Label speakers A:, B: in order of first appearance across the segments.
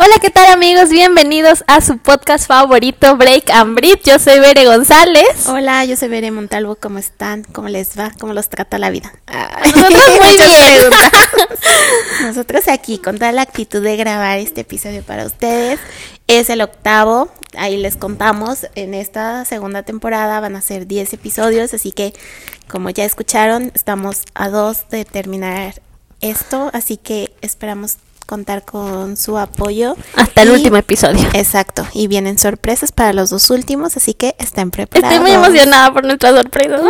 A: Hola, ¿qué tal amigos? Bienvenidos a su podcast favorito Break and Break. Yo soy Bere González.
B: Hola, yo soy Bere Montalvo. ¿Cómo están? ¿Cómo les va? ¿Cómo los trata la vida? Ay,
A: Nosotros muy
B: muchas
A: bien.
B: preguntas. Nosotros aquí con toda la actitud de grabar este episodio para ustedes. Es el octavo, ahí les contamos, en esta segunda temporada van a ser 10 episodios, así que como ya escucharon, estamos a dos de terminar esto, así que esperamos contar con su apoyo.
A: Hasta el
B: Y-
A: último episodio.
B: Exacto, y vienen sorpresas para los dos últimos, así que estén preparados.
A: Estoy muy emocionada por nuestra sorpresa.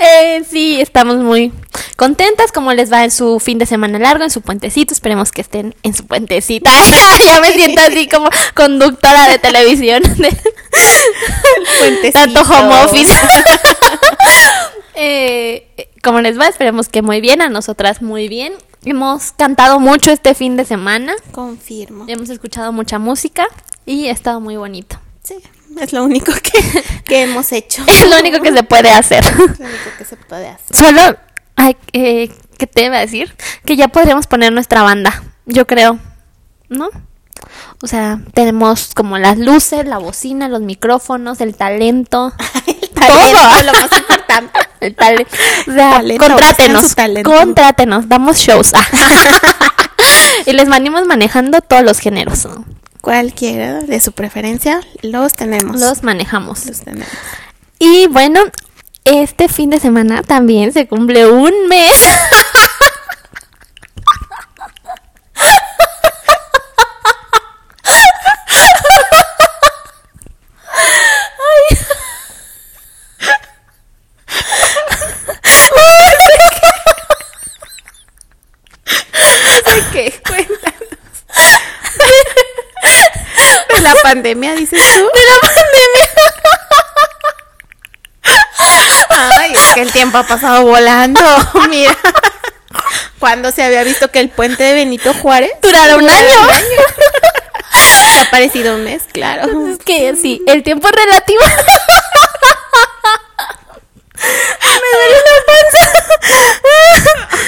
A: Eh, sí, estamos muy contentas. Como les va en su fin de semana largo, en su puentecito. Esperemos que estén en su puentecita. ya me siento así como conductora de televisión.
B: Puentecito.
A: Tanto home office. Eh, eh, como les va, esperemos que muy bien. A nosotras muy bien. Hemos cantado mucho este fin de semana.
B: Confirmo.
A: Hemos escuchado mucha música y ha estado muy bonito.
B: Sí, es lo único que, que hemos hecho.
A: Es lo único que se puede hacer.
B: Lo único que se puede hacer.
A: Solo, ay, eh, ¿qué te iba a decir? Que ya podríamos poner nuestra banda, yo creo, ¿no? O sea, tenemos como las luces, la bocina, los micrófonos, el talento.
B: El
A: Todo.
B: talento, lo más importante.
A: El talento. O sea,
B: Talento, busquen
A: contrátenos.
B: su talento.
A: Contrátenos, damos shows. Ah. y les venimos manejando todos los géneros. ¿no?
B: Cualquiera de su preferencia, los tenemos.
A: Los manejamos.
B: Los tenemos.
A: Y bueno, este fin de semana también se cumple un mes.
B: ¿Qué? Cuéntanos. De Pues la pandemia, dices tú.
A: De la pandemia.
B: Ay, es que el tiempo ha pasado volando. Mira. Cuando se había visto que el puente de Benito Juárez
A: Durará un año.
B: ha parecido un mes, claro.
A: Es que sí, el tiempo es relativo. Me duele la panza.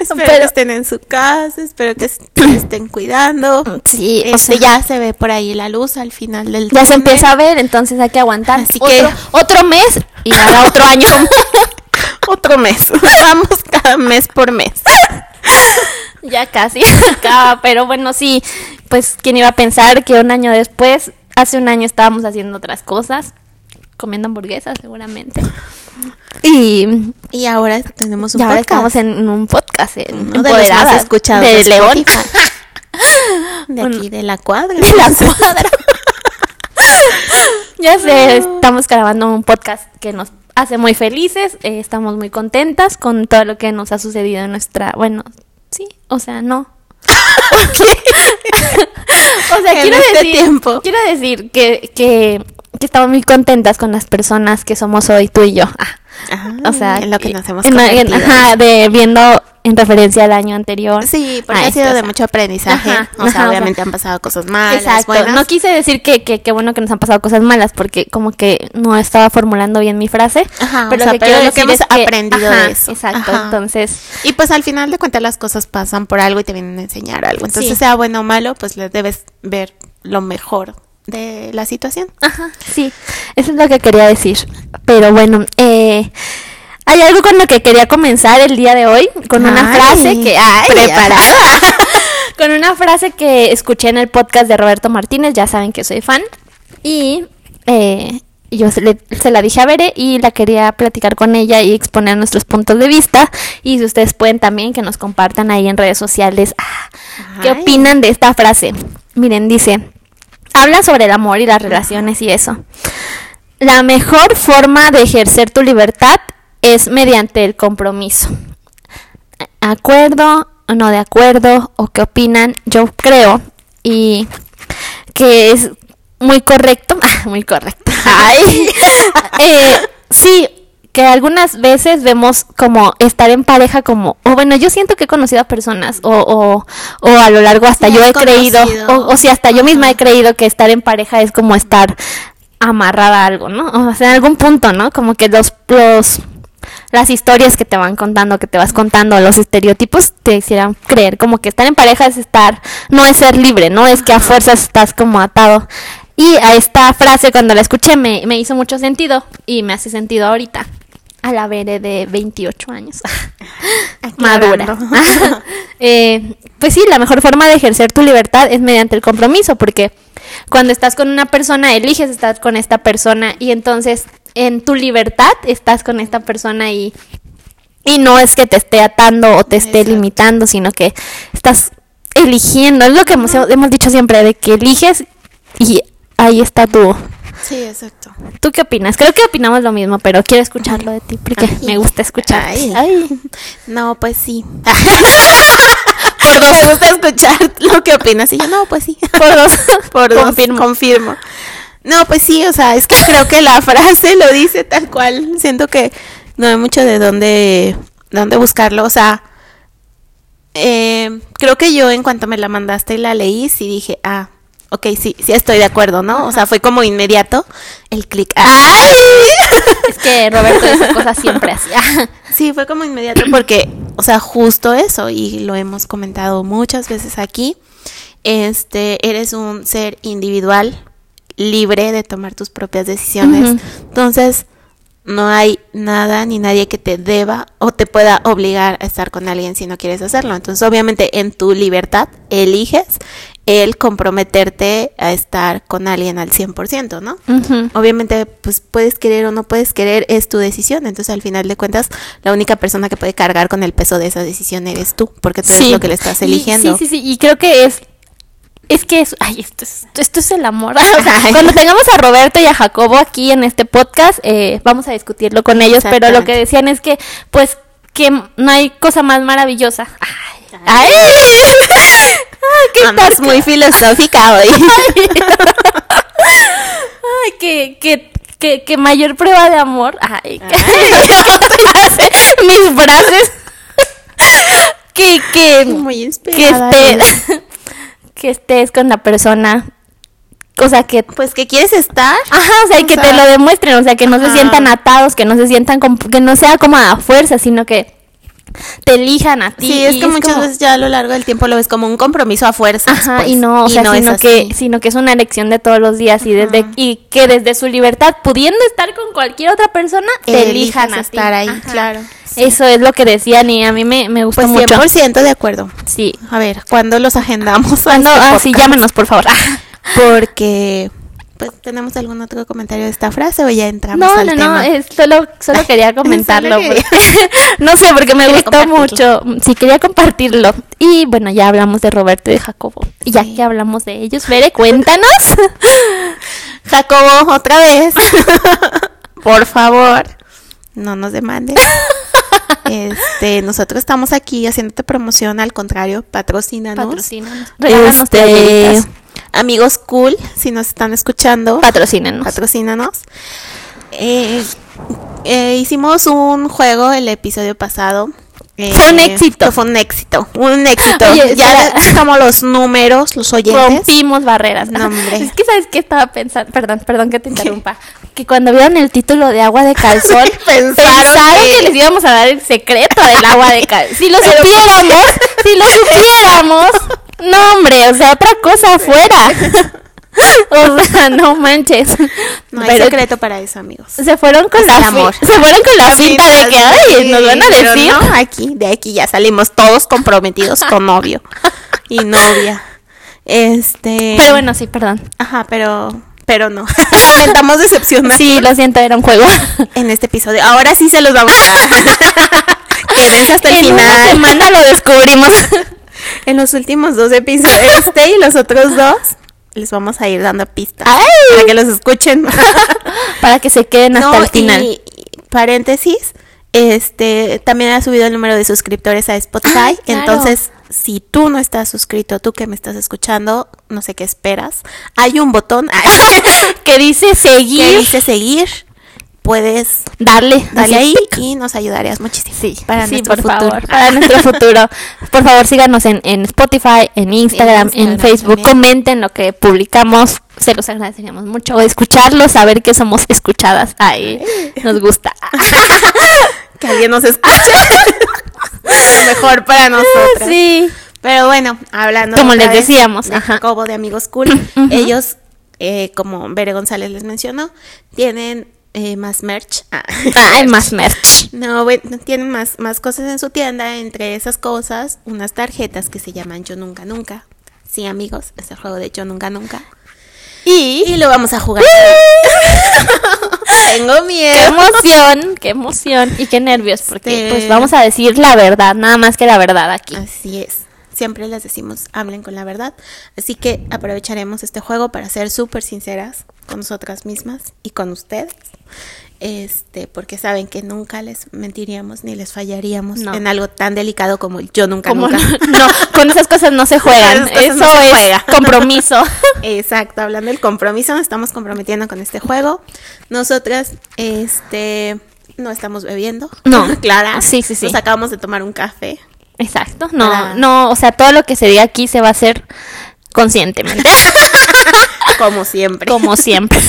B: Espero que
A: Pero
B: estén en su casa, espero que se estén cuidando.
A: sí, o
B: Este,
A: sea,
B: ya se ve por ahí la luz al final del
A: ya se
B: túnel.
A: empieza a ver, entonces hay que aguantar.
B: Así
A: otro,
B: que-
A: otro mes y hará otro año.
B: otro mes. Vamos cada mes por mes.
A: Ya casi se acaba, pero bueno, sí, pues quién iba a pensar que un año después, hace un año estábamos haciendo otras cosas, comiendo hamburguesas seguramente. Y,
B: Y ahora tenemos
A: y
B: un
A: ahora
B: podcast.
A: estamos en un podcast, en
B: Uno de los
A: Empoderadas,
B: más escuchados
A: de,
B: de
A: León,
B: Spotify. de aquí de la cuadra.
A: de la cuadra. ya sé, estamos grabando un podcast que nos hace muy felices, eh, estamos muy contentas con todo lo que nos ha sucedido en nuestra, bueno, sí, o sea, no, O sea,
B: En
A: quiero,
B: este
A: decir,
B: tiempo.
A: quiero decir que, que, que estamos muy contentas con las personas que somos hoy tú y yo. Ah,
B: Ah,
A: o sea,
B: en lo que nos hemos
A: en- en-
B: convertido.
A: ajá, de viendo en referencia al año anterior.
B: Sí, porque
A: Ah,
B: ha sido
A: esto,
B: de
A: o sea,
B: mucho aprendizaje.
A: Ajá,
B: o sea,
A: ajá,
B: obviamente
A: o sea,
B: han pasado cosas malas,
A: Exacto.
B: buenas.
A: No quise decir que que- que bueno que nos han pasado cosas malas porque como que no estaba formulando bien mi frase.
B: Ajá,
A: pero
B: o sea,
A: lo que
B: pero
A: quiero
B: lo que
A: decir
B: hemos
A: es que-
B: aprendido
A: ajá,
B: de eso.
A: Exacto.
B: Ajá.
A: Entonces,
B: Y pues al final de cuentas las cosas pasan por algo y te vienen a enseñar algo. Entonces,
A: Sí.
B: sea bueno o malo, pues le debes ver lo mejor de la situación.
A: Ajá, sí, eso es lo que quería decir. Pero bueno, eh, hay algo con lo que quería comenzar el día de hoy, con una
B: Ay,
A: frase que... ¡Ay!
B: preparada.
A: con una frase que escuché en el podcast de Roberto Martínez, ya saben que soy fan. Y eh, yo se, le- se la dije a Bere y la quería platicar con ella y exponer nuestros puntos de vista. Y si ustedes pueden también que nos compartan ahí en redes sociales ah, qué
B: Ay.
A: opinan de esta frase. Miren, dice, habla sobre el amor y las relaciones y eso. La mejor forma de ejercer tu libertad es mediante el compromiso. A- ¿Acuerdo o no de acuerdo? ¿O qué opinan? Yo creo y que es muy correcto. muy correcto. Ay. Eh, sí, que algunas veces vemos como estar en pareja como, o bueno, yo siento que he conocido a personas o, o, o a lo largo hasta
B: Sí,
A: yo
B: has
A: he creído,
B: conocido.
A: o, o si hasta yo misma
B: Ajá.
A: he creído que estar en pareja es como estar amarrada a algo, ¿no? O sea, en algún punto, ¿no? Como que los, los las historias que te van contando, que te vas contando, los estereotipos te hicieran creer como que estar en pareja es estar, no es ser libre, no es que a fuerzas estás como atado. Y a esta frase cuando la escuché me, me hizo mucho sentido y me hace sentido ahorita. A la veré de 28 años. Madura. Eh, pues sí, la mejor forma de ejercer tu libertad es mediante el compromiso, porque cuando estás con una persona, eliges estar con esta persona y entonces en tu libertad estás con esta persona y, y no es que te esté atando o te esté
B: Exacto.
A: limitando, sino que estás eligiendo. Es lo que hemos, hemos dicho siempre, de que eliges y ahí está tu...
B: Sí, exacto.
A: ¿Tú qué opinas? Creo que opinamos lo mismo, pero quiero escucharlo de ti porque
B: Ay.
A: me gusta escuchar.
B: Ay.
A: Ay.
B: No, pues sí. Por dos. Me gusta escuchar lo que opinas. Y yo, no, pues sí.
A: Por dos.
B: Por dos.
A: Confirmo.
B: Confirmo. No, pues sí, o sea, es que creo que la frase lo dice tal cual. Siento que no hay mucho de dónde, dónde buscarlo. O sea, eh, creo que yo en cuanto me la mandaste y la leí, sí dije, ah, ok, sí, sí estoy de acuerdo, ¿no? O sea, fue como inmediato el clic. ¡Ay!
A: Es que Roberto dice cosas siempre así.
B: Sí, fue como inmediato porque, o sea, justo eso, y lo hemos comentado muchas veces aquí, este, eres un ser individual, libre de tomar tus propias decisiones.
A: Ujú.
B: Entonces, no hay nada ni nadie que te deba o te pueda obligar a estar con alguien si no quieres hacerlo. Entonces, obviamente, en tu libertad eliges el comprometerte a estar con alguien al 100%, ¿no?
A: Ujú.
B: Obviamente, pues puedes querer o no puedes querer, es tu decisión. Entonces, al final de cuentas, la única persona que puede cargar con el peso de esa decisión eres tú, porque tú eres lo que le estás
A: Y-
B: eligiendo.
A: sí, sí, sí. Y creo que es. Es que es. Ay, esto es, esto es el amor. O sea,
B: Ay.
A: cuando tengamos a Roberto y a Jacobo aquí en este podcast, eh, vamos a discutirlo con ellos. Pero lo que
B: Exactamente.
A: decían es que, pues, que no hay cosa más maravillosa. ¡Ay! ¡Ay! Ay, qué
B: Andas
A: tal-
B: muy filosófica hoy.
A: Ay, que, que, que, que mayor prueba de amor. Ay,
B: Ah.
A: que, frase, mis frases. que, que,
B: Muy
A: que
B: inspirada.
A: estés, que estés con la persona. O sea, que.
B: Pues que quieres estar.
A: Ajá, o sea,
B: O
A: que
B: sea,
A: te lo demuestren, o sea, que no se
B: ajá.
A: sientan atados, que no se sientan, como- que no sea como a fuerza, sino que te elijan a ti.
B: Sí, es
A: y
B: que muchas
A: como-
B: veces ya a lo largo del tiempo lo ves como un compromiso a pues, fuerza.
A: Ajá, y no, o sea, sino que, sino que es una elección de todos los días y desde y que desde su libertad, pudiendo estar con cualquier otra persona, te elijan a ti.
B: estar ahí.
A: Ajá.
B: Claro.
A: Eso es lo que decían y a mí me, me gusta
B: Pues
A: mucho.
B: 100% de acuerdo.
A: Sí.
B: A ver, ¿cuándo los agendamos? a
A: Cuando,
B: este
A: ah, sí,
B: podcast?
A: llámanos, por favor. Ah.
B: Porque, pues, ¿tenemos algún otro comentario de esta frase o ya entramos
A: No,
B: al
A: no, eh. no,
B: tema?
A: es solo, solo quería comentarlo.
B: Solo quería-
A: porque- no sé, porque me
B: Quería
A: gustó mucho.
B: compartirlo.
A: Sí, quería compartirlo. Y bueno, ya hablamos de Roberto y de Jacobo. Y ya
B: Sí.
A: que hablamos de ellos, Bere, cuéntanos.
B: Jacobo, otra vez. Por favor, no nos demandes. Este, nosotros estamos aquí haciéndote promoción, al contrario, patrocínanos.
A: Patrocínanos. Regálanos
B: Este,
A: playeritas.
B: amigos cool, si nos están escuchando,
A: Patrocínenos.
B: patrocínanos. Eh, eh, hicimos un juego el episodio pasado. Eh,
A: Fue un éxito.
B: que Fue un éxito. Un éxito.
A: Oye,
B: ya
A: espera.
B: dejamos los números, los oyentes.
A: Rompimos barreras.
B: No, hombre.
A: Es que sabes que estaba pensando, perdón, perdón que te interrumpa, que cuando vieron el título de agua de calzón,
B: Pensaron
A: pensaron
B: que-
A: que les íbamos a dar el secreto del agua de calzón. Si lo
B: Pero-
A: supiéramos, si lo supiéramos. No, hombre, o sea, otra cosa afuera. O sea, no manches.
B: No hay
A: Pero
B: secreto para eso, amigos.
A: se fueron con
B: Es
A: la
B: el
A: fi-
B: amor.
A: se fueron con la finta de que ay, nos van a
B: Pero
A: decir.
B: no, aquí, de aquí ya salimos todos comprometidos con novio y novia. Este.
A: Pero bueno, sí, perdón.
B: Ajá, pero. Pero no. Intentamos decepcionar
A: Sí, lo siento, era un juego.
B: en este episodio. Ahora sí se los vamos a dar. Quédense hasta el
A: en una
B: final.
A: semana lo descubrimos.
B: En los últimos dos episodios, este y los otros dos, les vamos a ir dando pistas.
A: Ay.
B: Para que los escuchen.
A: para que se queden hasta
B: No,
A: el final.
B: y- y paréntesis, este también ha subido el número de suscriptores a Spotify.
A: Ah, claro.
B: Entonces, si tú no estás suscrito, tú que me estás escuchando, no sé qué esperas. Hay un botón
A: que dice
B: que
A: seguir,
B: dice seguir. Puedes
A: darle,
B: darle
A: así,
B: ahí
A: tic.
B: y nos ayudarías muchísimo.
A: Sí,
B: para
A: sí,
B: nuestro
A: por
B: futuro.
A: favor, para nuestro futuro. Por favor, síganos en, en Spotify, en Instagram, en,
B: Instagram
A: Facebook,
B: también.
A: comenten lo que publicamos, se los agradeceríamos mucho. Escucharlos, saber que somos escuchadas, ahí nos gusta.
B: que alguien nos escuche. Ah, Lo mejor para nosotros.
A: Sí.
B: Pero bueno, hablando.
A: Como
B: otra
A: les
B: vez
A: decíamos,
B: de
A: ajá.
B: Jacobo de Amigos Cool, ellos, eh, como Bere González les mencionó, tienen eh, más merch. Ah,
A: Ay, más merch.
B: No, bueno, tienen más, más cosas en su tienda. Entre esas cosas, unas tarjetas que se llaman Yo Nunca Nunca. Sí, amigos, es el juego de Yo Nunca Nunca. Y, lo vamos a jugar. Tengo
A: Qué
B: miedo.
A: emoción, qué emoción y qué nervios, porque
B: Sí.
A: pues vamos a decir la verdad, nada más que la verdad aquí.
B: Así es. Siempre les decimos, hablen con la verdad. Así que aprovecharemos este juego para ser súper sinceras con nosotras mismas y con ustedes. Este, porque saben que nunca les mentiríamos ni les fallaríamos
A: No.
B: en algo tan delicado como el yo nunca
A: Como
B: nunca.
A: no, con esas cosas no se juegan,
B: Esas cosas
A: eso
B: no se
A: es
B: juega.
A: compromiso.
B: Exacto, hablando del compromiso, nos estamos comprometiendo con este juego. Nosotras, este, no estamos bebiendo.
A: No.
B: Clara.
A: Sí, sí, sí.
B: Nos acabamos de tomar un café.
A: Exacto, no,
B: Para-
A: no, o sea, todo lo que se diga aquí se va a hacer conscientemente,
B: Como siempre.
A: como siempre.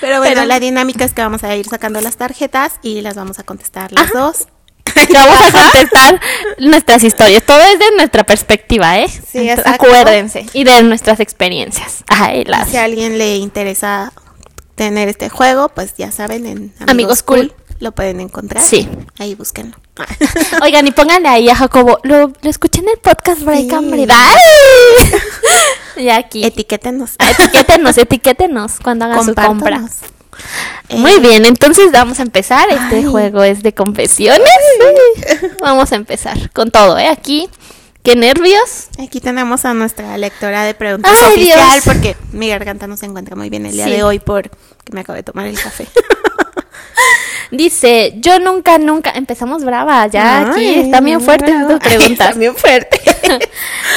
B: Pero bueno,
A: Pero-
B: la dinámica es que vamos a ir sacando las tarjetas y las vamos a contestar las dos.
A: Que vamos a contestar nuestras historias, todo es de nuestra perspectiva, ¿eh?
B: Sí,
A: Ento-
B: exacto.
A: Acuérdense y de nuestras experiencias. Ay, las
B: Si a alguien le interesa tener este juego, pues ya saben, en Amigos,
A: Amigos Cool.
B: cool, lo pueden encontrar.
A: Sí.
B: Ahí búsquenlo.
A: Oigan, y pónganle ahí a Jacobo. Lo, lo escuché en el podcast Break
B: Sí.
A: and Break. ¡Ay! Y aquí.
B: Etiquétenos.
A: etiquétenos, etiquétenos cuando hagan su compra.
B: Compártanos. Eh,
A: Muy bien, entonces vamos a empezar. Este
B: Ay.
A: juego es de confesiones. Vamos a empezar con todo, ¿eh? Aquí. Qué nervios.
B: Aquí tenemos a nuestra lectora de preguntas
A: Ay,
B: oficial
A: Dios.
B: porque mi garganta no se encuentra muy bien el día
A: Sí.
B: de hoy por que me acabo de tomar el café.
A: Dice, yo nunca, nunca. Empezamos brava, ya aquí.
B: Ay,
A: Está bien fuerte
B: bravo.
A: tus preguntas.
B: Está bien fuerte.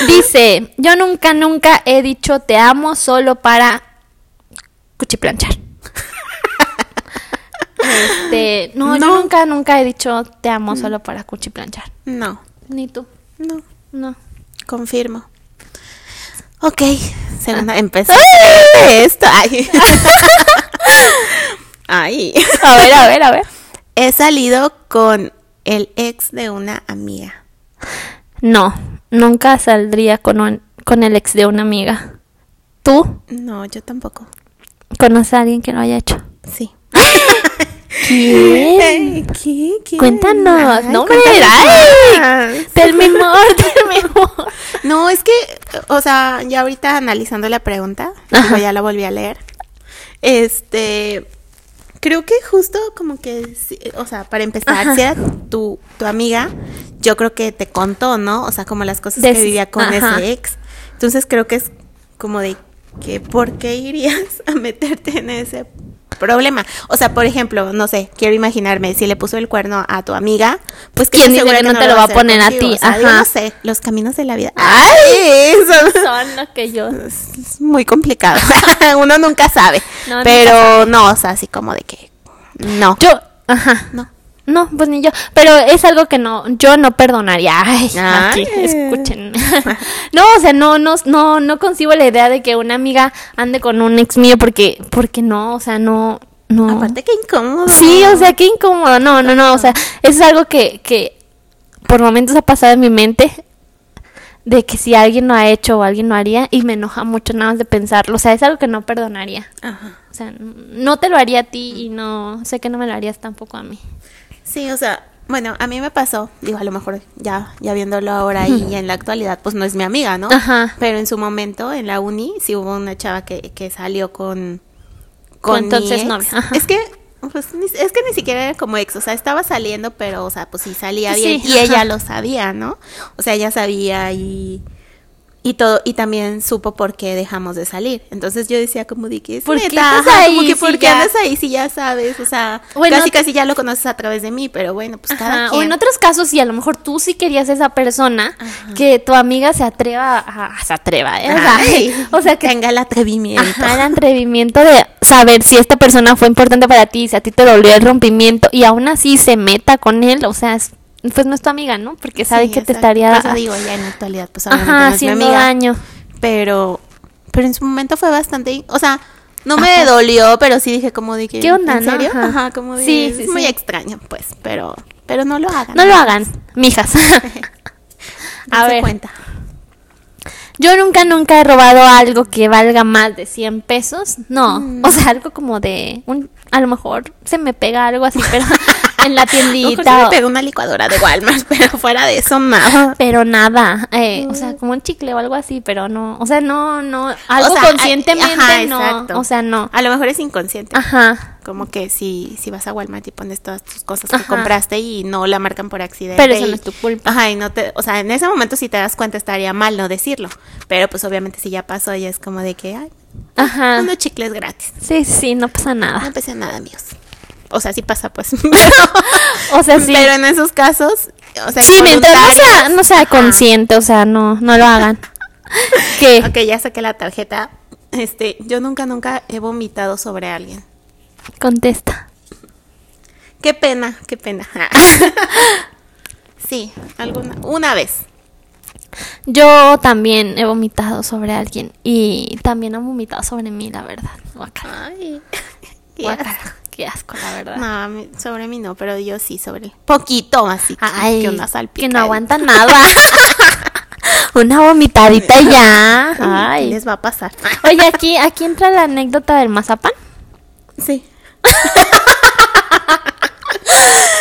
A: Dice, yo nunca, nunca he dicho te amo solo para cuchiplanchar. Este, no, yo
B: No.
A: nunca, nunca he dicho te amo solo para cuchiplanchar.
B: No,
A: Ni tú,
B: no,
A: no.
B: confirmo. Ok,
A: Ah.
B: segunda, empezamos esto. Ay. Ay.
A: A ver, a ver, a ver.
B: He salido con el ex de una amiga.
A: No, nunca saldría con, un- con el ex de una amiga. ¿Tú
B: No, yo tampoco.
A: conoces a alguien que lo haya hecho?
B: Sí.
A: ¿Quién?
B: Ay, ¿Qué? ¿Quién?
A: Cuéntanos,
B: Ay,
A: no hombre,
B: cuéntanos
A: ay,
B: más.
A: del menor, del menor.
B: No, es que, o sea, ya ahorita analizando la pregunta,
A: Ajá.
B: digo, ya la volví a leer. Este, creo que justo como que, sí, o sea, para empezar,
A: Ajá.
B: si era tu, tu amiga, yo creo que te contó, ¿no? O sea, como las cosas
A: Des-
B: que vivía con
A: ajá.
B: ese ex. Entonces creo que es como de que, ¿por qué irías a meterte en ese problema? O sea, por ejemplo, no sé, quiero imaginarme, si le puso el cuerno a tu amiga, pues
A: ¿Quién dice
B: segura
A: que no te lo va a
B: hacer
A: poner a
B: contigo?
A: ti?
B: O sea, digo,
A: Ajá.
B: no sé, los caminos de la vida.
A: Ay,
B: son-
A: son los que yo.
B: es muy complicado. Uno nunca sabe.
A: No, nunca
B: pero no, o sea, así como de que. No.
A: Yo, ajá.
B: no.
A: No, pues ni yo. Pero es algo que no, yo no perdonaría. Ay, aquí,
B: Ay.
A: escuchen. no, o sea, no, no, no, no concibo la idea de que una amiga ande con un ex mío porque, porque no, o sea, no, no.
B: Aparte, que incómodo.
A: Sí, o sea, qué incómodo. No, no, no. O sea, eso es algo que, que por momentos ha pasado en mi mente. De que si alguien lo ha hecho o alguien lo haría. Y me enoja mucho nada más de pensarlo. O sea, es algo que no perdonaría.
B: Ajá.
A: O sea, no te lo haría a ti y no sé que no me lo harías tampoco a mí.
B: Sí, o sea, bueno, a mí me pasó. Digo, a lo mejor ya, ya viéndolo ahora y en la actualidad, pues no es mi amiga, ¿no?
A: Ajá.
B: Pero en su momento, en la uni, sí hubo una chava que, que salió con.
A: Con
B: mi
A: entonces
B: ex.
A: novia, ajá.
B: Es que. pues, ni- es que ni siquiera era como ex, o sea, estaba saliendo, pero, o sea, pues sí salía
A: Sí,
B: bien. y
A: ajá.
B: ella lo sabía, ¿no? O sea, ella sabía y. Y todo, y también supo por qué dejamos de salir. Entonces yo decía como de que es
A: ¿Por qué
B: neta,
A: estás
B: ajá, como
A: ahí
B: que
A: si
B: por qué
A: ya-
B: andas ahí si ya sabes, o sea,
A: Bueno,
B: casi casi ya lo conoces a través de mí, pero bueno, pues cada
A: Ajá, O
B: quien.
A: en otros casos, si a lo mejor tú sí querías a esa persona, que tu amiga se atreva a... Se atreva, ¿eh? O sea,
B: Ay,
A: o sea, que
B: tenga el atrevimiento.
A: Ajá, el atrevimiento de saber si esta persona fue importante para ti, si a ti te dolió el rompimiento y aún así se meta con él, o sea, es- pues no es tu amiga, ¿no? Porque sabe
B: Sí,
A: que te
B: exacto.
A: estaría
B: Por eso digo, ya en la actualidad, pues obviamente
A: ajá,
B: no es mi
A: haciendo
B: amiga,
A: daño.
B: pero pero en su momento fue bastante, o sea, No me dolió, pero sí dije como de que...
A: ¿Qué onda,
B: ¿En
A: no?
B: serio?
A: Ajá.
B: Ajá, como de...
A: Sí,
B: es
A: sí,
B: muy
A: sí.
B: extraño, pues, pero... Pero no lo hagan.
A: No lo hagan, mijas.
B: A
A: A ver.
B: cuenta.
A: Yo nunca, nunca he robado algo que valga más de 100 pesos. No,
B: Mm.
A: o sea, algo como de un... A lo mejor se me pega algo así, pero en la
B: Ojo, sí me
A: tiendita. o-
B: pegó una licuadora de Walmart, pero fuera de eso, nada.
A: pero nada, eh, o sea, como un chicle o algo así, pero no, o sea, no, no, algo
B: O sea,
A: conscientemente
B: ajá,
A: no,
B: exacto.
A: o sea, no.
B: A lo mejor es inconsciente.
A: Ajá,
B: Como que si, si vas a Walmart y pones todas tus cosas
A: Ajá.
B: que compraste y no la marcan por accidente.
A: Pero eso
B: y-
A: no es tu culpa.
B: Ajá, y no te, o sea, en ese momento si te das cuenta estaría mal no decirlo. Pero pues obviamente si ya pasó ya es como de que, ay,
A: ajá.
B: unos chicles gratis.
A: Sí, sí, no pasa
B: No
A: nada.
B: pesa nada, amigos. O sea, sí pasa pues. Pero,
A: O sea, sí.
B: pero en esos casos, o sea,
A: sí, mientras no sea, no sea
B: Ajá.
A: consciente, o sea, no, no lo hagan. ¿Qué?
B: Ok, ya saqué la tarjeta. Este, yo nunca, nunca he vomitado sobre alguien.
A: Contesta.
B: Qué pena, qué pena. sí, alguna, una vez.
A: Yo también he vomitado sobre alguien y también han vomitado sobre mí, la verdad. Guácala,
B: Ay.
A: guácala. Qué asco, la verdad.
B: No, a mí- sobre mí no, pero yo sí, sobre poquito así.
A: Ay,
B: que una
A: que
B: salpicadita.
A: no aguanta nada. una vomitadita y ya.
B: Ay,
A: Ay.
B: les va a pasar.
A: Oye, aquí, aquí entra la anécdota del mazapán.
B: Sí.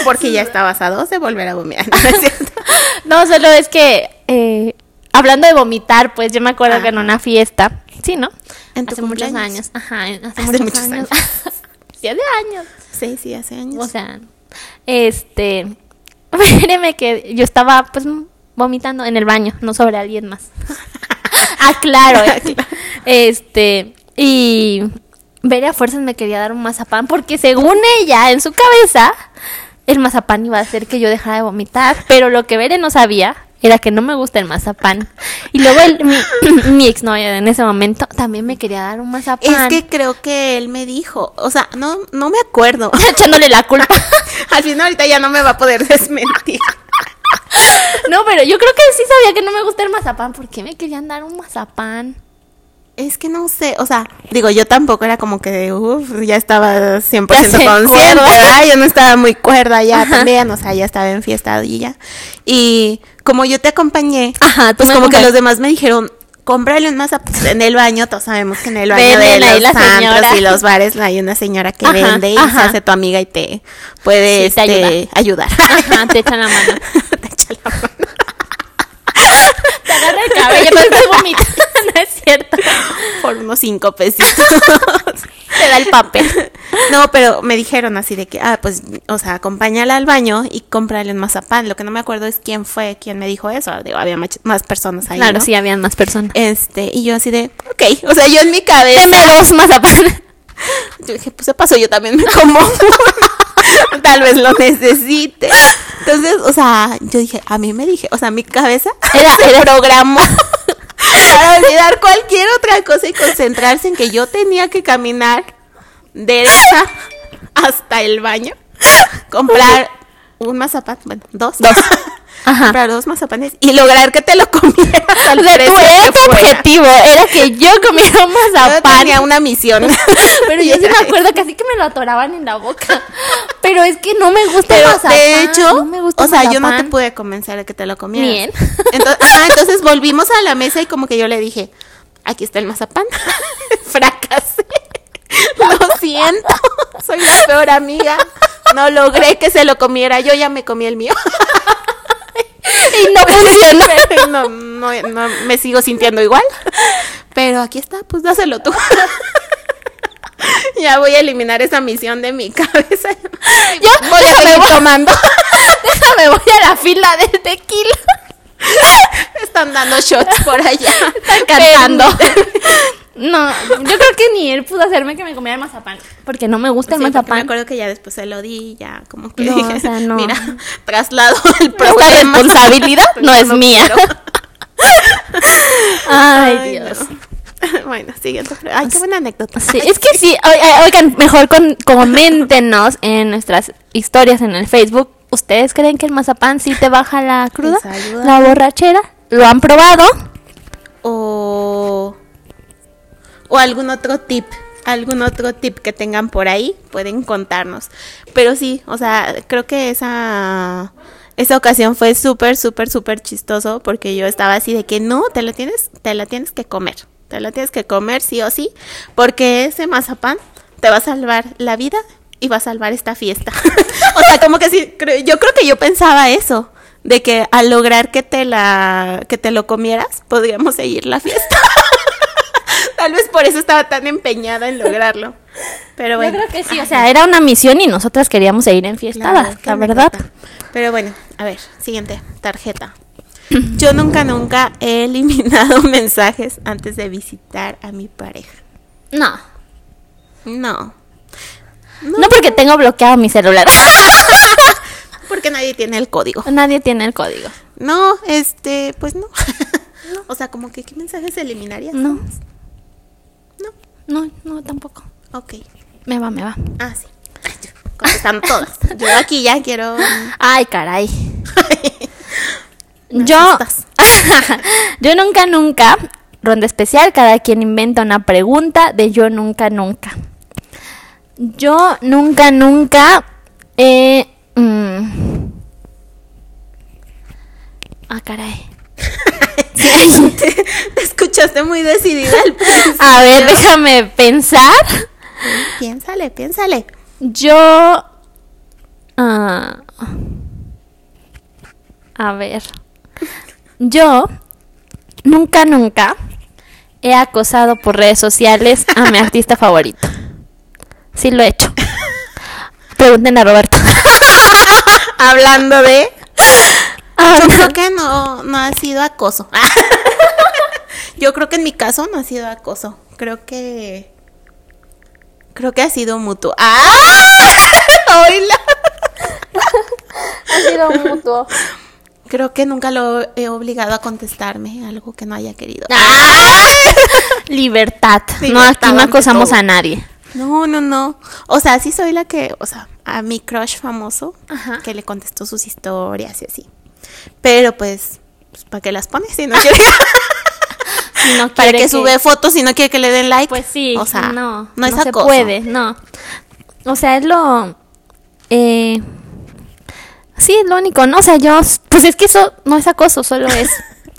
B: Porque ya estabas a dos de volver a vomitar, ¿no es cierto?
A: No, solo es que eh, hablando de vomitar, pues yo me acuerdo que en
B: Ajá.
A: una fiesta, sí, ¿no?
B: En tu
A: hace muchos años,
B: cumpleaños.
A: ajá, en- hace,
B: Hace
A: muchos,
B: muchos
A: años, siete años,
B: Sí, sí, hace años.
A: o sea, este, míreme que yo estaba pues vomitando en el baño, no sobre alguien más. Aclaro, eh. este, y Veria a fuerzas me quería dar un mazapán porque según ella, en su cabeza, el mazapán iba a hacer que yo dejara de vomitar, pero lo que Veria no sabía era que no me gusta el mazapán. Y luego el- mi, mi exnovia en ese momento también me quería dar un mazapán.
B: es que creo que él me dijo, o sea, no, no me acuerdo.
A: echándole la culpa.
B: Al final ahorita ya no me va a poder desmentir.
A: No, pero yo creo que sí sabía que no me gusta el mazapán. ¿Por qué me querían dar un mazapán?
B: Es que no sé, o sea, digo, yo tampoco era como que, uff, ya estaba 100%
A: Ya sé,
B: consciente,
A: cuerda.
B: ¿verdad? Yo no estaba muy cuerda ya
A: Ajá.
B: también, o sea, ya estaba enfiestadilla. Y como yo te acompañé,
A: Ajá, tú
B: pues
A: me
B: como que
A: acompañ-
B: los demás me dijeron, cómprale un mazapán en el baño, todos sabemos que en el baño
A: Venden
B: de
A: ahí
B: los
A: las
B: antros
A: señoras.
B: y los bares hay una señora que
A: Ajá,
B: vende y se
A: ajá.
B: hace tu amiga y te puede
A: Sí, te
B: este,
A: ayuda.
B: ayudar.
A: Ajá, te echan la mano.
B: te echa la mano.
A: Te agarra el cabello, pero te vomita. No es cierto.
B: por unos cinco pesitos.
A: Te da el papel.
B: No, pero me dijeron así de que, ah, pues, o sea, acompáñala al baño y cómprale un mazapán. Lo que no me acuerdo es quién fue quien me dijo eso. Digo, había mach- más personas ahí.
A: Claro,
B: ¿no?
A: sí, habían más personas.
B: Este, y yo así de, ok. O sea, yo en mi cabeza.
A: Denme dos mazapán.
B: Yo dije, pues se pasó, yo también me como uno. Tal vez lo necesite. Entonces, o sea, yo dije, a mí me dije, o sea, mi cabeza
A: Era-
B: se
A: era-
B: programó para olvidar cualquier otra cosa y concentrarse en que yo tenía que caminar derecha hasta el baño, comprar un mazapán, bueno, dos.
A: Dos. Ajá.
B: Comprar dos mazapanes y lograr que te lo comieras al
A: O sea,
B: precio
A: tú era
B: que
A: tu
B: fuera.
A: este objetivo. Era que yo comiera un
B: Yo
A: mazapán.
B: tenía una misión.
A: Pero yo sí
B: Y era
A: me acuerdo que así que me lo atoraban en la boca. Pero es que no me gusta el
B: Pero
A: mazapán.
B: de hecho,
A: Ah, no me gusta
B: o
A: el
B: sea, yo no te
A: mazapán.
B: pude convencer de que te lo comieras.
A: Bien.
B: Entonces, ajá, entonces volvimos a la mesa y como que yo le dije, aquí está el mazapán. Fracasé. Lo siento. Soy la peor amiga. No logré que se lo comiera. Yo ya me comí el mío.
A: Y no funcionó.
B: Pero no, no, no me sigo sintiendo igual. Pero aquí está, pues dáselo tú. Ya voy a eliminar esa misión de mi cabeza.
A: Yo
B: Voy a
A: déjame,
B: seguir
A: voy-
B: tomando.
A: déjame, voy a la fila del tequila.
B: Están dando shots por allá.
A: cantando. No, yo creo que ni él pudo hacerme que me comiera el mazapán. Porque no me gusta el
B: Sí, porque me
A: mazapán.
B: acuerdo que ya después se lo di, ya como que
A: No,
B: dije,
A: o sea, no.
B: mira, traslado el
A: Esta
B: problema.
A: responsabilidad no es mía. Ay,
B: Ay,
A: Dios.
B: no. Bueno, siguiente. pre- Ay, qué buena anécdota.
A: Sí, es que sí, o- o- oigan, mejor con- coméntenos en nuestras historias en el Facebook. ¿Ustedes creen que el mazapán sí te baja la cruda?
B: Les ayuda.
A: La borrachera. ¿Lo han probado?
B: O, o algún otro tip algún otro tip que tengan por ahí, pueden contarnos. Pero sí, o sea, creo que esa, esa ocasión fue súper, súper, súper chistoso porque yo estaba así de que no, te lo tienes, te la tienes que comer. Te la tienes que comer sí o sí, porque ese mazapán te va a salvar la vida y va a salvar esta fiesta. o sea, como que sí, creo- yo creo que yo pensaba eso, de que al lograr que te la que te lo comieras, podríamos seguir la fiesta. Tal vez por eso estaba tan empeñada en lograrlo. Pero bueno.
A: Yo creo que sí, o sea, era una misión y nosotras queríamos seguir
B: Claro,
A: enfiestadas,
B: qué
A: la verdad.
B: anécdota. Pero bueno, a ver, siguiente, tarjeta. Yo nunca, nunca he eliminado mensajes antes de visitar a mi pareja.
A: No,
B: No,
A: no porque tengo bloqueado mi celular.
B: porque nadie tiene el código.
A: Nadie tiene el código.
B: No, este, pues no. O sea, como que qué mensajes eliminarías?
A: No.
B: No.
A: No, no, tampoco.
B: Ok.
A: Me va, me va.
B: Ah, sí. Ay, yo, Contestando todas. Yo aquí ya quiero.
A: Ay, caray.
B: Me
A: Yo,
B: asustas.
A: yo nunca, nunca, ronda especial, cada quien inventa una pregunta de yo nunca, nunca. Yo nunca, nunca eh, mm. Ah, caray.
B: Te, te escuchaste muy decidida al principio.
A: A ver, déjame pensar.
B: Piénsale, piénsale.
A: Yo... ah, a ver. Yo nunca, nunca he acosado por redes sociales a mi artista favorito. Sí lo he hecho. Pregunten a Roberto.
B: Hablando de.
A: Ah,
B: Yo
A: no.
B: creo que no, no ha sido acoso. Yo creo que en mi caso no ha sido acoso. Creo que. Creo que ha sido mutuo. ¡Ah! ¡Oíla! Creo que nunca lo he obligado a contestarme algo que no haya querido.
A: Ah. Libertad. No,
B: Libertad
A: aquí no
B: ante
A: acosamos
B: todo.
A: a nadie.
B: No, no, no. O sea, sí soy la que, o sea, a mi crush famoso,
A: Ajá.
B: que le contestó sus historias y así. Pero pues, pues, ¿para qué las pones si no quiere?
A: Si no
B: ¿Para
A: quiere
B: que sube fotos si no quiere que le den like?
A: Pues sí,
B: o sea,
A: no,
B: no es
A: se
B: acoso.
A: puede, no. O sea, es lo... Eh, sí, es lo único, ¿no? O sea, yo... Pues es que eso no es acoso, solo es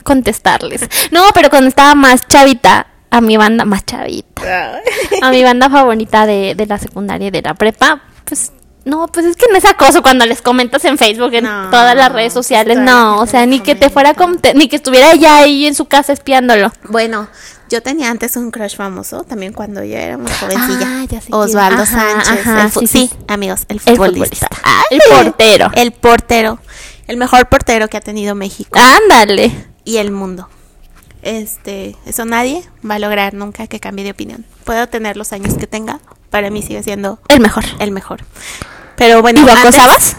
A: contestarles. No, pero cuando estaba más chavita, a mi banda, más chavita, a mi banda favorita de, de la secundaria y de la prepa, pues... No, pues es que no es acoso cuando les comentas en Facebook, en
B: No,
A: todas las redes sociales, no,
B: claro que
A: o
B: te
A: sea,
B: lo
A: ni que te fuera,
B: comentan.
A: conte- ni que estuviera ya ahí en su casa espiándolo.
B: Bueno, yo tenía antes un crush famoso, también cuando yo era más jovencilla.
A: Ah, ya sé quién.
B: Osvaldo
A: Ajá,
B: Sánchez.
A: ajá,
B: el fu-
A: sí,
B: sí,
A: sí.
B: amigos, el
A: El
B: futbolista.
A: futbolista. El portero.
B: El portero. El mejor portero que ha tenido México
A: Ándale.
B: y el mundo. Este, eso nadie va a lograr nunca que cambie de opinión. Puedo tener los años que tenga, para mí sigue siendo
A: El mejor.
B: el mejor. Pero bueno,
A: ¿Y lo
B: antes-
A: acosabas?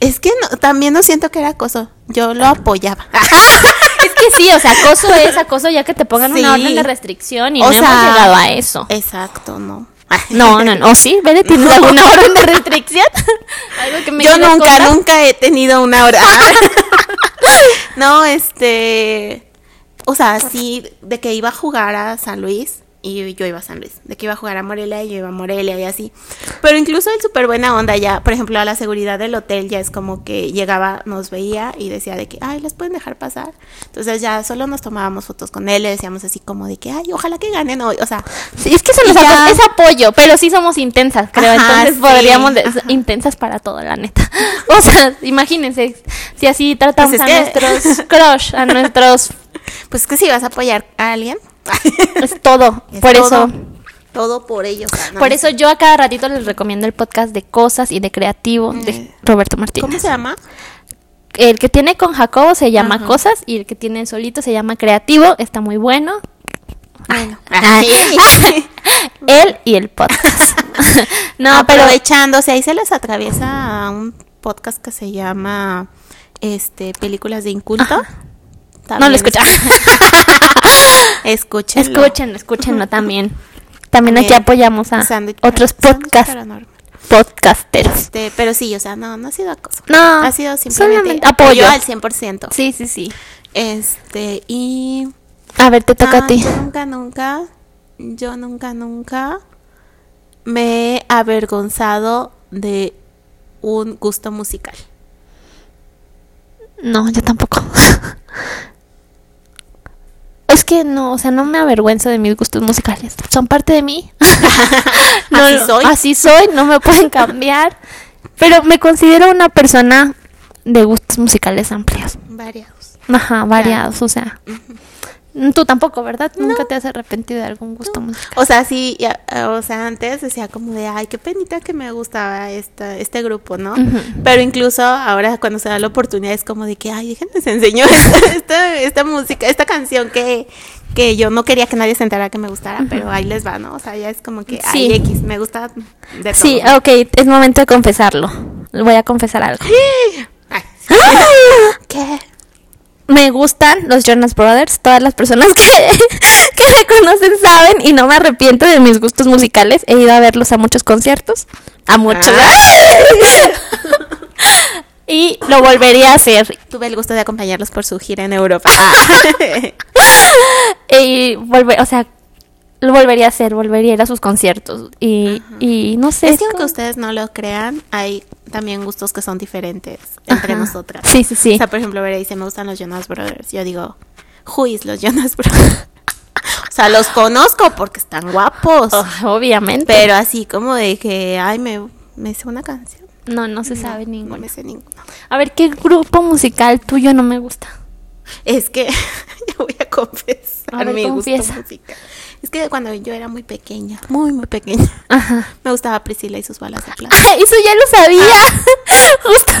B: Es que no- también no siento que era acoso. Yo lo apoyaba.
A: Es que sí, o sea, acoso es acoso ya que te pongan
B: Sí.
A: una orden de restricción y
B: O
A: no hemos
B: sea,
A: llegado a eso.
B: Exacto, no.
A: eh, No, no, no. ¿O sí? ¿Vele, ¿Tienes alguna orden de restricción? Algo que me
B: Yo
A: quieras
B: nunca,
A: contar.
B: nunca he tenido una hora. no, este. O sea, sí, de que iba a jugar a San Luis y yo iba a San Luis. De que iba a jugar a Morelia y yo iba a Morelia y así. Pero incluso el súper buena onda ya, por ejemplo, a la seguridad del hotel ya es como que llegaba, nos veía y decía de que, ay, las pueden dejar pasar. Entonces ya solo nos tomábamos fotos con él, le decíamos así como de que, ay, ojalá que ganen hoy. O sea,
A: Sí, es que se nos
B: Y ya.
A: aco- es apoyo, pero sí somos intensas, creo.
B: Ajá,
A: Entonces
B: sí,
A: podríamos. de-
B: ajá.
A: Intensas para todo, la neta. O sea, imagínense si así tratamos
B: Pues es
A: a
B: que-
A: nuestros crush, a nuestros.
B: pues es que si vas a apoyar a alguien.
A: Es todo.
B: es
A: Por
B: todo-
A: eso.
B: Todo por ellos.
A: Por eso yo a cada ratito les recomiendo el podcast de cosas y de creativo de
B: Eh,
A: Roberto Martínez.
B: ¿Cómo se llama?
A: El que tiene con Jacobo se llama
B: Ajá.
A: Cosas y el que tiene solito se llama Creativo, está muy bueno. Ah,
B: Bueno.
A: Él y el podcast. no, pero
B: Aprovechándose, ahí se les atraviesa un podcast que se llama este Películas de Inculto.
A: no lo escucha.
B: Escuchen.
A: escúchenlo, escúchenlo también. También aquí
B: También.
A: apoyamos a otros podcasts, podcasteros.
B: Este, pero sí, o sea, no, no ha sido acoso.
A: No,
B: Ha sido simplemente
A: solamente apoyo.
B: al 100%.
A: Sí, sí, sí.
B: Este, y
A: A ver, te toca
B: Ah,
A: a ti.
B: Yo nunca, nunca, yo nunca, nunca me he avergonzado de un gusto musical.
A: No, yo tampoco. es que no, o sea, no me avergüenzo de mis gustos musicales. Son parte de mí. no,
B: Así soy.
A: Así soy, no me pueden cambiar. Pero me considero una persona de gustos musicales amplios.
B: Variados.
A: Ajá, variados, o sea. Tú tampoco, ¿verdad? Nunca
B: No.
A: te has arrepentido de algún gusto musical.
B: O sea, sí, ya, eh, o sea, antes decía como de, ay, qué penita que me gustaba esta, este grupo, ¿no?
A: Ujú.
B: Pero incluso ahora cuando se da la oportunidad es como de que, ay, déjenme les enseño esta, esta, esta música, esta canción que, que yo no quería que nadie se enterara que me gustara, pero ahí les va, ¿no? O sea, ya es como que, ay,
A: Sí.
B: X, me gusta de todo.
A: Sí, ok, es momento de confesarlo. Voy a confesar algo.
B: Ay, ¿Qué?
A: Me gustan los Jonas Brothers. Todas las personas que, que me conocen saben y no me arrepiento de mis gustos musicales. He ido a verlos a muchos conciertos. A muchos.
B: Ah.
A: y lo volvería a hacer.
B: Tuve el gusto de acompañarlos por su gira en Europa.
A: Ah. Y volver, o sea, lo volvería a hacer. Volvería a ir a sus conciertos. Y, y no sé.
B: es que aunque
A: como-
B: ustedes no lo crean, hay también gustos que son diferentes entre
A: Ajá.
B: nosotras.
A: Sí, sí, sí.
B: O sea, por ejemplo, Vera dice, me gustan los Jonas Brothers. Yo digo, juiz los Jonas Brothers. o sea, los conozco porque están guapos.
A: Oh, obviamente.
B: Pero así como de que, ay, me, me sé una canción.
A: no, no se sabe
B: No
A: ninguno.
B: me sé ninguna.
A: A ver, ¿qué grupo musical tuyo no me gusta?
B: Es que yo voy a confesar
A: A ver,
B: mi
A: confiesa.
B: gusto musical. Es que cuando yo era muy pequeña, muy, muy pequeña,
A: Ajá.
B: me gustaba Priscila y sus balas de plata. E-,
A: Ah, eso ya lo sabía.
B: Ah.
A: Justo.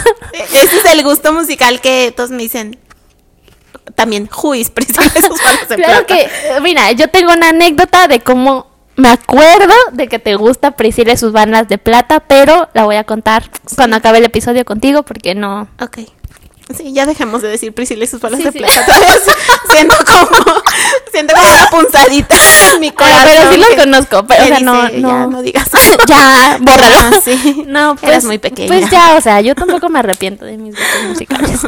B: Ese es el gusto musical que todos me dicen. También, juiz, Priscila y sus balas de
A: Claro
B: plata.
A: que, eh, mira, yo tengo una anécdota de cómo me acuerdo de que te gusta Priscila y sus bandas de plata, pero la voy a contar cuando acabe el episodio contigo porque no.
B: Ok. Sí, ya dejamos de decir Priscila y sus balas
A: Sí,
B: de
A: sí.
B: plata. siento como siento como una punzadita en mi corazón.
A: pero sí los
B: que-
A: conozco, pero,
B: que
A: o sea, no-
B: dice,
A: no.
B: ya no digas.
A: ya, bórralo.
B: No, Ah, sí.
A: No, pues.
B: Eras muy pequeña.
A: Pues ya, o sea, yo tampoco me arrepiento de mis gustos musicales.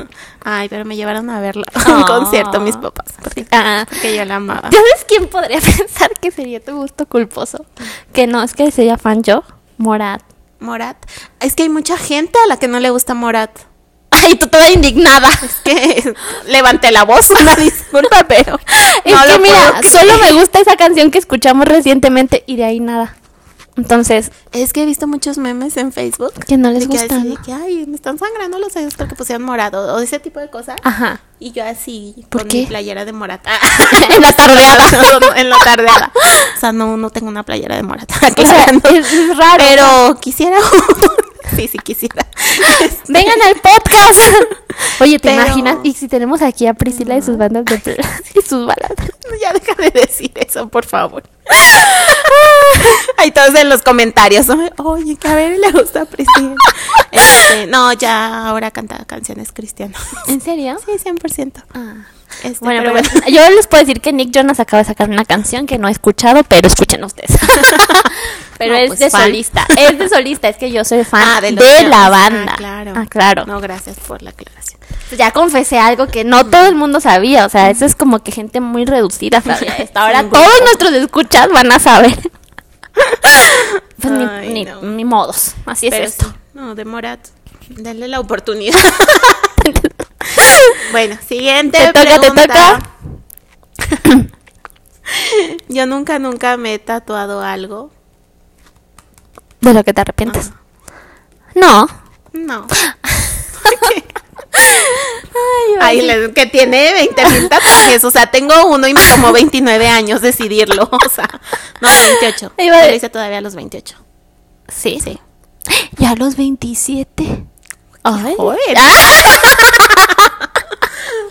B: Ay, pero me llevaron a verla a un
A: Ah.
B: concierto mis papás, porque,
A: Ah.
B: porque yo la amaba.
A: ¿Sabes quién podría pensar que sería tu gusto culposo? Que no, es que sería fan yo, Morat.
B: Morat, es que hay mucha gente a la que no le gusta Morat.
A: Ay, tú toda indignada.
B: Es que levanté la voz, una disculpa, pero
A: Es
B: no
A: que
B: lo
A: mira,
B: puedo creer.
A: solo me gusta esa canción que escuchamos recientemente y de ahí nada. Entonces,
B: Es que he visto muchos memes en Facebook
A: Que no les
B: de que
A: gusta,
B: así de
A: ¿no?
B: que, ay, me están sangrando los dedos porque pusieron morado o ese tipo de cosas.
A: ajá.
B: Y yo así,
A: ¿Por
B: con
A: qué?
B: mi playera de morata.
A: En la tardeada.
B: No, no, en la tardeada. O sea, no, no tengo una playera de morata.
A: O sea, es, es raro.
B: Pero quisiera. sí, sí, quisiera. Este,
A: Vengan al podcast. Oye, ¿te
B: Pero-
A: imaginas? Y si tenemos aquí a Priscila y sus bandas de pl- y sus baladas.
B: Ya deja de decir eso, por favor. Ahí todos en los comentarios. ¿no? Oye, que a ver, le gusta a Priscila. Este, no, ya ahora canta canciones cristianas.
A: ¿En serio?
B: Sí, 100%.
A: Ah.
B: Este,
A: Bueno,
B: pero
A: pero yo les puedo decir que Nick Jonas acaba de sacar una canción que no he escuchado, pero escuchen ustedes. pero
B: No,
A: es
B: pues,
A: de
B: fan.
A: solista, es de solista, es que yo soy fan
B: Ah,
A: de,
B: los Beatles.
A: la
B: Ah,
A: banda.
B: claro.
A: Ah, claro.
B: No, gracias por la aclaración.
A: ya confesé algo que no todo el mundo sabía, o sea, eso es como que gente muy reducida sabía esto. Ahora
B: Sí,
A: todos
B: bueno.
A: nuestros escuchas van a saber. Pues ni-
B: Ay,
A: ni,
B: no.
A: ni modos, así
B: Pero
A: es esto.
B: sí, no, de Morat, denle la oportunidad. bueno, siguiente
A: Te toca, te
B: pregunta.
A: toca.
B: Yo nunca, nunca me he tatuado algo.
A: De lo que te arrepientes.
B: Ah.
A: No.
B: No. Ay, les- que tiene 20 mil tatuajes. O sea, tengo uno y me tomó 29 años decidirlo. O sea, no, 28.
A: Iba a
B: Yo lo
A: de-
B: hice todavía a los 28.
A: Sí.
B: Sí.
A: Ya a los 27. Ay.
B: Joder.
A: Ah.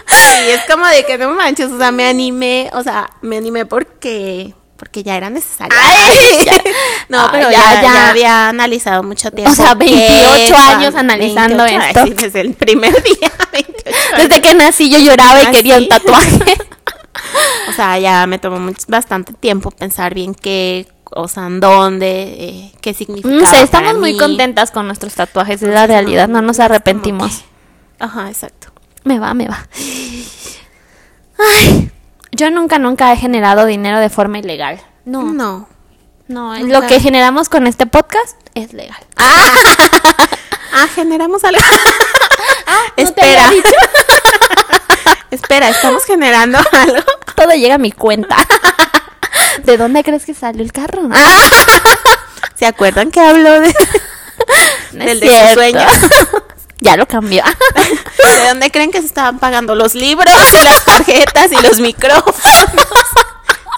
B: Sí, es como de que no manches, o sea, me animé, o sea, me animé porque porque ya era necesario.
A: Ay.
B: Ya. No,
A: Ay,
B: pero
A: Ah, ya,
B: ya, ya,
A: ya.
B: había analizado mucho tiempo.
A: sea, 28
B: que-
A: años analizando
B: ay,
A: esto.
B: sí, desde el primer día, 28
A: Desde
B: años.
A: que nací yo lloraba y
B: ¿Ah,
A: quería
B: sí?
A: un tatuaje.
B: O sea, ya me tomó much- bastante tiempo pensar bien qué, o sea, en dónde, eh, qué significaba
A: No sé, Mm, estamos
B: para
A: muy
B: mí.
A: contentas con nuestros tatuajes, es la
B: Entonces,
A: realidad, no nos
B: es como
A: arrepentimos.
B: que- Ajá, exacto.
A: Me va, me va. Ay, yo nunca, nunca he generado dinero de forma ilegal. No.
B: No.
A: No, lo que generamos con este podcast es legal.
B: Ah, ah generamos algo.
A: Ah, ¿no
B: Espera.
A: te había dicho?
B: Espera, estamos generando algo.
A: Todo llega a mi cuenta. Ah, ¿De dónde crees que salió el carro?
B: ¿Se acuerdan que habló de,
A: No es
B: del de sus
A: cierto.
B: sueños?
A: ya lo cambió.
B: ¿De dónde creen que se estaban pagando los libros y las tarjetas y los micrófonos?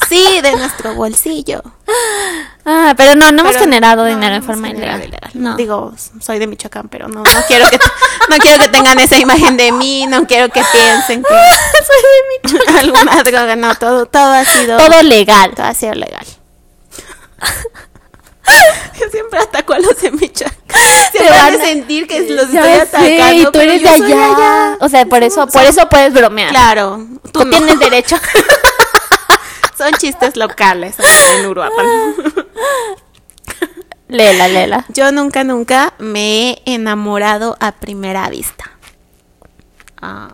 B: Sí, de nuestro bolsillo.
A: Ah, pero no, no hemos
B: Pero
A: generado
B: no,
A: dinero
B: no
A: en
B: hemos
A: forma
B: generado
A: ilegal.
B: dinero.
A: No.
B: Digo, soy de Michoacán, pero no, no quiero que no quiero que tengan esa imagen de mí, no quiero que piensen que
A: Soy de mi
B: alguna droga, no, todo, todo ha sido
A: Todo legal.
B: todo ha sido legal. Yo siempre ataco a los de Michoacán.
A: Te
B: Siempre
A: van
B: van a
A: a-
B: sentir que los
A: Ya
B: estoy atacando,
A: sé, y tú
B: pero
A: eres de
B: yo soy
A: allá. O sea, por eso, por eso puedes bromear.
B: Claro, tú
A: Tú
B: no.
A: tienes derecho.
B: Son chistes locales acá en Uruapan.
A: Lela, lela.
B: Yo nunca, nunca me he enamorado a primera vista. Ah.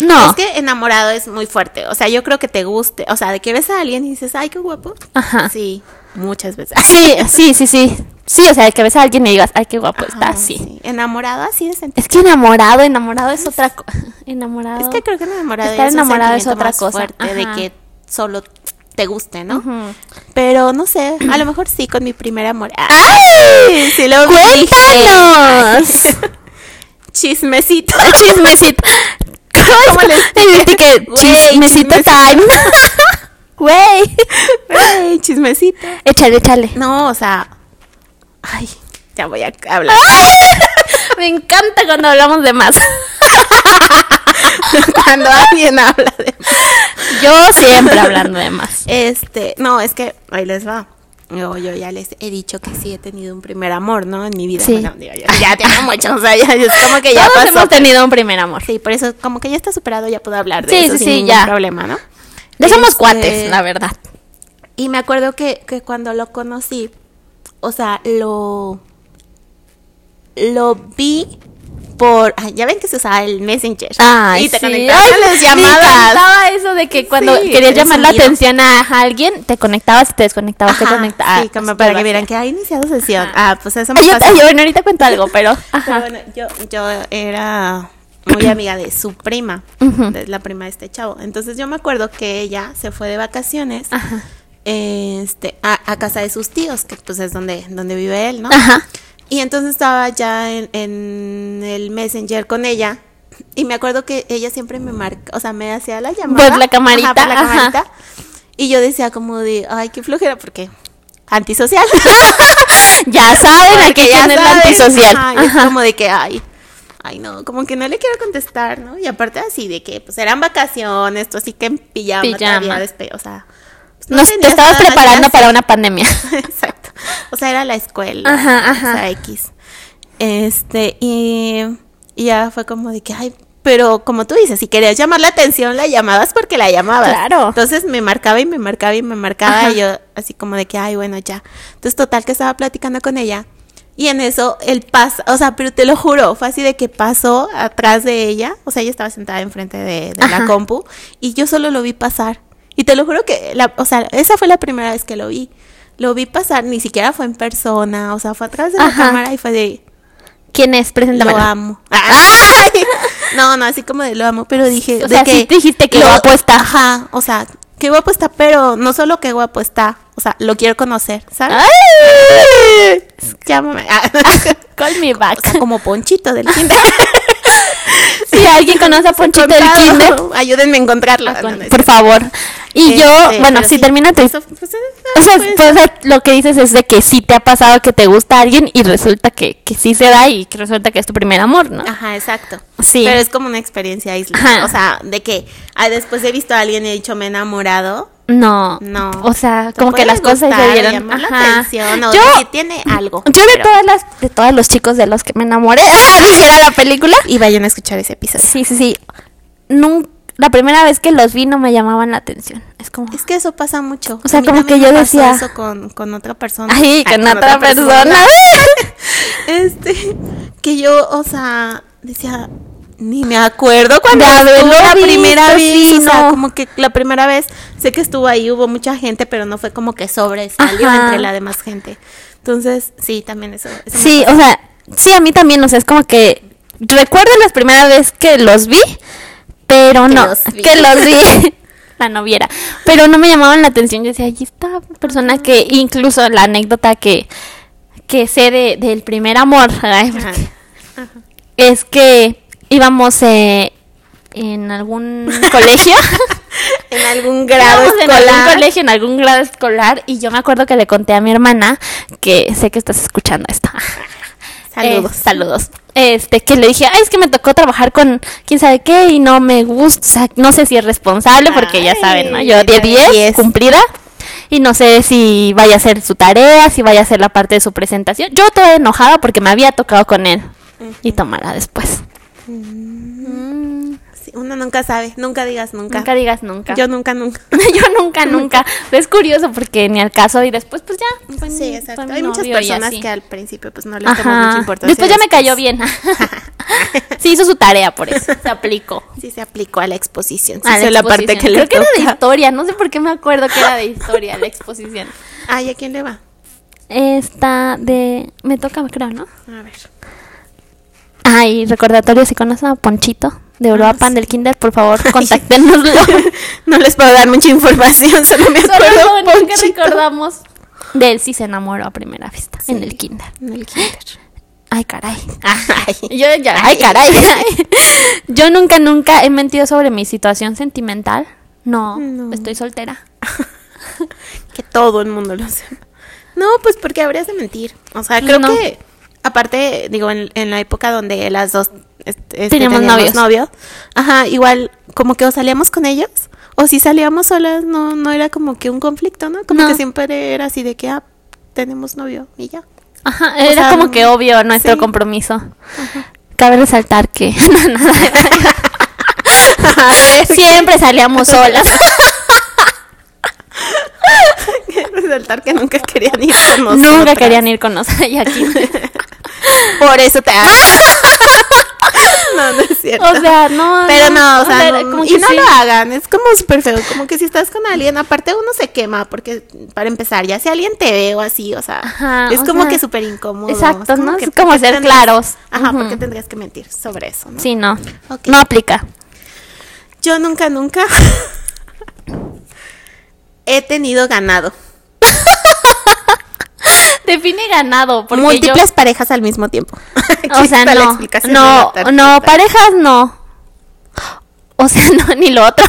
A: No.
B: Es que enamorado es muy fuerte. O sea, yo creo que te guste. O sea, de que ves a alguien y dices, ay, qué guapo.
A: Ajá. Ah,
B: Sí, muchas veces.
A: Sí, sí, sí, sí. Sí, o sea, que ves a alguien y digas, ay, qué guapo está,
B: Ajá,
A: Pues, ah, sí.
B: Enamorado así de sentir.
A: Es que enamorado, enamorado es otra cosa. Enamorado.
B: Es que creo que enamorado
A: Estar
B: es, un
A: enamorado es
B: sentimiento
A: otra
B: más
A: cosa,
B: fuerte de
A: ajá.
B: que solo te guste, ¿no?
A: Ujú.
B: Pero no sé, a lo mejor sí con mi primer amor. Ah,
A: ¡Ay!
B: sí lo dije.
A: ¡Cuéntanos!
B: Chismecito.
A: chismecito. ¿Cómo les el ticket?
B: Güey,
A: Chismecito
B: chismecito.
A: time. Güey.
B: Ay, chismecito.
A: Échale, échale.
B: No, o sea. Ay, ya voy a hablar.
A: Me encanta cuando hablamos de más.
B: Cuando alguien habla de.
A: Yo siempre hablando de más.
B: Este, no, es que ahí les va. Yo, yo ya les he dicho que sí he tenido un primer amor, ¿no? En mi vida.
A: Sí.
B: Bueno, digo, ya, ya tengo muchos, o sea, ya es como que ya
A: Todos hemos
B: pasó.
A: tenido un primer amor.
B: Sí, por eso, como que ya está superado, ya puedo hablar de
A: Sí,
B: eso
A: sí,
B: sin
A: sí,
B: ningún
A: ya.
B: problema, ¿no?
A: Ya somos
B: Este,
A: cuates, la verdad.
B: Y me acuerdo que, que cuando lo conocí, o sea, lo. Lo vi por. ay, ya ven que se usaba el Messenger. y te conectabas a las
A: Ah, Me
B: llamadas.
A: encantaba eso de que cuando
B: Sí,
A: querías
B: el
A: llamar la
B: sonido.
A: atención a alguien, te conectabas y te desconectabas, te
B: Ajá,
A: conectabas.
B: sí, como ah, pues, para que vieran que ha iniciado sesión. Ah, pues eso me
A: Ay, yo,
B: pasó.
A: ay, bueno, ahorita cuento algo, pero.
B: Pero
A: Ajá.
B: bueno, yo, yo era muy amiga de su prima,
A: Ujú.
B: de la prima de este chavo. Entonces yo me acuerdo que ella se fue de vacaciones
A: Ajá.
B: este, a, a casa de sus tíos, que pues es donde, donde vive él, ¿no?
A: Ajá.
B: Y entonces estaba ya en, en el messenger con ella. Y me acuerdo que ella siempre me marca, o sea, me hacía la llamada.
A: Por la camarita,
B: Ajá, por la
A: ajá.
B: camarita. Y yo decía como de, ay, qué flojera, porque antisocial.
A: Ya saben,
B: Porque
A: aquí ya es la
B: saben,
A: antisocial.
B: ajá, y es
A: Ajá.
B: como de que, ay, ay no, como que no le quiero contestar, ¿no? Y aparte así de que, pues eran vacaciones, tú así que en pijama,
A: Pijama.
B: todavía despe- o sea. pues, no
A: Nos, te
B: tenías
A: estabas
B: nada más que
A: preparando
B: hacer.
A: para una pandemia.
B: Exacto. O sea, era la escuela.
A: Ajá,
B: O sea,
A: ajá.
B: X. Este, y, y ya fue como de que, ay, pero como tú dices, si querías llamar la atención, la llamabas porque la llamabas.
A: Claro.
B: Entonces me marcaba y me marcaba y me marcaba
A: Ajá.
B: y yo así como de que, ay, bueno, ya. Entonces, total que estaba platicando con ella. Y en eso el pasa, o sea, pero te lo juro, fue así de que pasó atrás de ella, o sea, ella estaba sentada enfrente de, de la
A: Ajá.
B: compu y yo solo lo vi pasar. Y te lo juro que, la, o sea, esa fue la primera vez que lo vi. Lo vi pasar, ni siquiera fue en persona, o sea, fue atrás de la
A: Ajá.
B: cámara y fue de,
A: ¿Quién es?
B: lo
A: Preséntame.
B: amo.
A: Ah.
B: ¡Ay! No, no, así como de lo amo, pero dije,
A: O
B: de
A: sea,
B: que
A: sí te dijiste que
B: lo-
A: guapo está.
B: Ajá, o sea, qué guapo está, pero no solo qué guapo está, o sea, lo quiero conocer,
A: Ah.
B: ¿sabes?
A: ¡Ay!
B: Llámame.
A: Ah. Call me back.
B: O sea, como Ponchito del kinder.
A: Si alguien conoce a Ponchito del
B: Contado.
A: Kinder,
B: Ayúdenme a encontrarlo.
A: Ah, con-
B: No, no,
A: por favor. Y
B: este,
A: yo, bueno,
B: pero
A: si
B: sí,
A: termina tu
B: eso, pues, eh,
A: O sea,
B: pues,
A: pues, o sea, lo que dices es de que sí te ha pasado que te gusta alguien y resulta que, que sí se da y que resulta que es tu primer amor, ¿no?
B: Ajá, exacto.
A: Sí.
B: Pero es como una experiencia aislada.
A: Ajá.
B: O sea, de que ah, después he visto a alguien y he dicho me he enamorado.
A: No.
B: No.
A: O sea,
B: Te
A: como que
B: puede
A: las cosas
B: gustar,
A: se dieron.
B: llamar la
A: Ajá.
B: atención, o
A: yo,
B: si tiene algo,
A: Yo de
B: pero-
A: todas las, de todos los chicos de los que me enamoré, ¡ah! dijera la película.
B: Y vayan a escuchar ese episodio.
A: Sí, sí, sí. Nun- la primera vez que los vi no me llamaban la atención. Es como.
B: Es que eso pasa mucho.
A: O sea,
B: A mí
A: como
B: también
A: que yo
B: me pasó
A: decía-
B: Eso con, con otra persona.
A: Ay,
B: Ah,
A: con otra, persona.
B: Este, que yo, o sea, decía, Ni me acuerdo cuando
A: De
B: estuvo
A: haberlo
B: la
A: visto,
B: primera vez.
A: sí,
B: o sea,
A: no.
B: como que la primera vez sé que estuvo ahí, hubo mucha gente, pero no fue como que sobresalió
A: Ajá.
B: entre la demás gente. Entonces, sí, también eso. eso me
A: Sí, o sea, sí, a mí también, o sea, es como que recuerdo la primera vez que los vi, pero
B: Que
A: no,
B: los vi.
A: que los vi, la noviera, pero no me llamaban la atención, yo decía, allí está persona
B: Ah.
A: que incluso la anécdota que, que sé de, del primer amor, ay,
B: Ajá.
A: porque- es que íbamos eh, en algún colegio.
B: En algún grado
A: Íbamos En
B: escolar.
A: algún colegio, en algún grado escolar. Y yo me acuerdo que le conté a mi hermana, que sé que estás escuchando esto.
B: Saludos.
A: Eh, saludos. Este, que le dije, ay, es que me tocó trabajar con quién sabe qué y no me gusta, o sea, no sé si es responsable, porque ya
B: Ay,
A: saben, ¿no? Yo de
B: ya
A: 10,
B: diez.
A: cumplida, y no sé si vaya a hacer su tarea, si vaya a hacer la parte de su presentación. Yo toda enojada porque me había tocado con él y tomará después.
B: Sí, uno nunca sabe, nunca digas nunca.
A: Nunca digas nunca.
B: Yo nunca, nunca.
A: Yo nunca, nunca. Es curioso porque ni al caso y después pues ya. fue
B: Sí,
A: mi-
B: exacto.
A: fue mi
B: Hay muchas
A: novio y
B: personas
A: así.
B: que al principio pues no les toman
A: Ajá.
B: mucha importancia.
A: Después ya me cayó bien. sí, hizo su tarea por eso. Se aplicó.
B: Sí se aplicó a la exposición. Sí
A: A la
B: hizo la parte
A: exposición.
B: que
A: Creo
B: le
A: que era de
B: toca.
A: historia. No sé por qué me acuerdo que era de historia la exposición.
B: Ay, ¿a quién le va?
A: Esta de. Me toca, creo, ¿no?
B: A ver.
A: Ay, recordatorio, si conocen a Ponchito de Uruapan del Kinder, por favor, contáctenoslo.
B: No les puedo dar mucha información, solo me
A: Solo
B: acuerdo.
A: lo único que
B: Ponchito.
A: recordamos de él si se enamoró a primera vista en el Kinder.
B: En el kinder.
A: Ay, caray.
B: Ay.
A: Ah. Yo ya, ay, caray. Yo nunca, nunca he mentido sobre mi situación sentimental. No,
B: No.
A: estoy soltera.
B: Que todo el mundo lo sepa. No, pues porque habrías de mentir. O sea, creo
A: No.
B: que, aparte, digo, en, en la época donde las dos este, este,
A: Teníamos novios.
B: novio, ajá, igual, como que o salíamos con ellos, o si salíamos solas, no, no era como que un conflicto, ¿no? Como
A: No.
B: que siempre era así de que, ah, tenemos novio y ya.
A: Ajá,
B: O
A: era
B: sea,
A: como que obvio nuestro
B: sí.
A: compromiso. Cabe resaltar que siempre salíamos solas.
B: Resaltar que nunca querían ir con nosotros.
A: Nunca querían ir con nosotros. Y aquí.
B: Por eso te No, no es cierto.
A: O sea, no.
B: Pero no, o sea, no-
A: como
B: y
A: que
B: no
A: sí.
B: lo hagan, es como súper feo, como que si estás con alguien, aparte uno se quema, porque para empezar, ya si alguien te ve o así, o sea,
A: Ajá,
B: es
A: o
B: como
A: sea,
B: que súper incómodo.
A: exacto, ¿no? Es
B: ¿por
A: como
B: qué
A: ser
B: tendrías-
A: claros.
B: Ajá,
A: Ujú.
B: porque tendrías que mentir sobre eso, ¿no?
A: Sí, no.
B: Ok.
A: No aplica.
B: Yo nunca, nunca he tenido ganado.
A: Define ganado. Porque yo-
B: Múltiples parejas al mismo tiempo.
A: O
B: Aquí
A: sea,
B: está la
A: no,
B: explicación de la
A: no,
B: tarjeta.
A: no, parejas no. O sea, no, ni lo otro.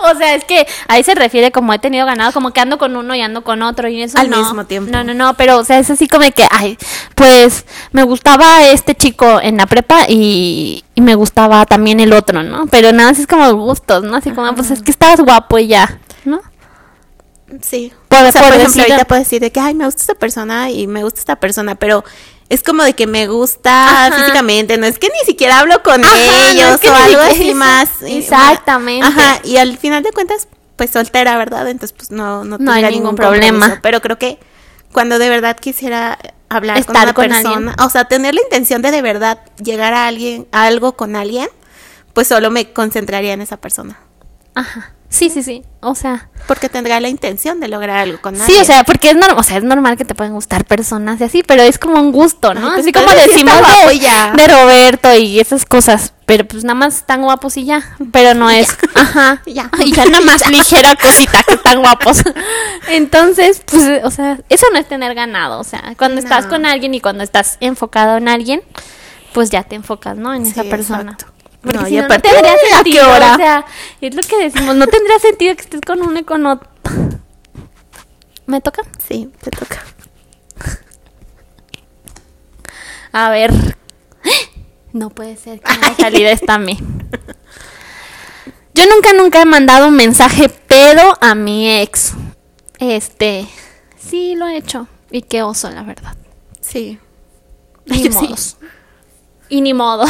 A: o sea, es que ahí se refiere como he tenido ganado, como que ando con uno y ando con otro y eso
B: Al
A: no.
B: mismo tiempo.
A: No, no, no, pero o sea, es así como de que, ay, pues me gustaba este chico en la prepa y, y me gustaba también el otro, ¿no? Pero nada, así es como gustos, ¿no? Así como, pues es que estabas guapo y ya, ¿no?
B: Sí.
A: Por-
B: o sea, por
A: por
B: ejemplo,
A: decir-
B: ahorita puedo decir de que, ay, me gusta esta persona y me gusta esta persona, pero es como de que me gusta
A: Ajá.
B: físicamente, no es que ni siquiera hablo con
A: Ajá, no
B: ellos
A: es que
B: o
A: ni
B: algo
A: siquiera-
B: así más. y-
A: Exactamente.
B: Ajá, y al final de cuentas, pues soltera, ¿verdad? Entonces, pues no, no,
A: No hay
B: tendría
A: ningún
B: compromiso,
A: problema.
B: Pero creo que cuando de verdad quisiera hablar con
A: Estar
B: una
A: con alguien.
B: persona, o sea, tener la intención de de verdad llegar a alguien, a algo con alguien, pues solo me concentraría en esa persona.
A: Ajá. Sí, sí, sí. O sea,
B: Porque tendría la intención de lograr algo con alguien.
A: Sí, o sea, porque es normal, o sea, es normal que te pueden gustar personas y así, pero es como un gusto, ¿no?
B: Ay, pues,
A: así como
B: pero sí está
A: decimos
B: guapo
A: de,
B: y ya.
A: de Roberto y esas cosas, pero pues nada más están guapos y ya, pero no es, ajá,
B: Y ya.
A: y ya nada más ligera cosita que están guapos. Entonces, pues, o sea, eso no es tener ganado, o sea, cuando estás
B: No.
A: con alguien y cuando estás enfocado en alguien, pues ya te enfocas, ¿no? En esa
B: Sí,
A: persona.
B: exacto.
A: Porque
B: No,
A: si
B: y
A: no, no
B: aparte,
A: tendría
B: ¿a qué
A: sentido,
B: hora?
A: o sea, es lo que decimos, no tendría sentido que estés con uno y con otro. ¿Me toca?
B: Sí, te toca.
A: A ver. No puede ser que no haya salido esta a mí. Yo nunca, nunca he mandado un mensaje pedo a mi ex. Este, sí lo he hecho. Y qué oso, la verdad.
B: Sí.
A: Ni
B: Yo sí.
A: modos. Y ni modo.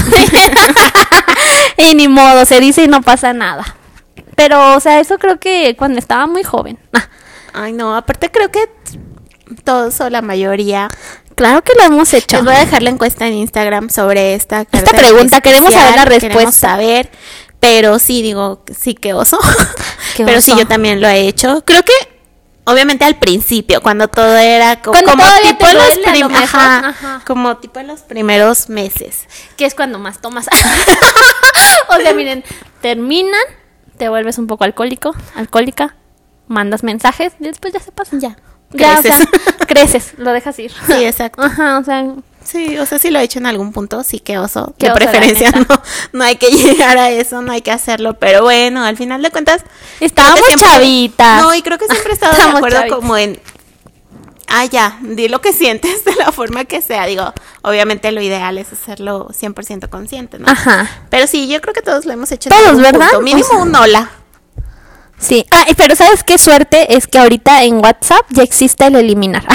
A: y ni modo, se dice y no pasa nada. Pero, o sea, eso creo que cuando estaba muy joven. Ah,
B: Ay, no, aparte creo que todos o la mayoría
A: Claro que lo hemos hecho.
B: Les voy a dejar la encuesta en Instagram sobre esta carta
A: Esta pregunta,
B: especial.
A: queremos saber la
B: Queremos
A: respuesta.
B: saber, pero sí digo, sí que oso.
A: Qué
B: pero sí
A: oso.
B: yo también lo he hecho. Creo que obviamente al principio, cuando todo era co-
A: Cuando
B: como
A: todavía
B: tipo
A: te
B: en los
A: duele, a lo
B: prim-
A: mejor,
B: ajá,
A: ajá.
B: como tipo en los primeros meses.
A: que es cuando más tomas. o sea, miren, terminan, te vuelves un poco alcohólico, alcohólica, mandas mensajes, y después ya se pasa.
B: Ya.
A: Ya, o sea,
B: Creces.
A: creces, lo dejas ir.
B: Sí, exacto.
A: Ajá, o sea,
B: Sí, o sea, si lo he hecho en algún punto, sí que oso.
A: Qué
B: de
A: oso, la
B: preferencia
A: neta.
B: no, no hay que llegar a eso, no hay que hacerlo, pero bueno, al final de cuentas
A: estábamos
B: siempre-
A: chavitas.
B: No, y creo que siempre he estado de
A: Estamos
B: acuerdo
A: chavitas.
B: como en. Ah, ya, di lo que sientes de la forma que sea. Digo, obviamente lo ideal es hacerlo 100% consciente, ¿no?
A: Ajá.
B: Pero sí, yo creo que todos lo hemos hecho. en
A: Todos,
B: algún
A: ¿verdad?
B: punto.
A: O
B: Mínimo
A: sea-
B: un hola.
A: Sí. Ah, y- pero ¿sabes qué suerte? Es que ahorita en WhatsApp ya existe el eliminar.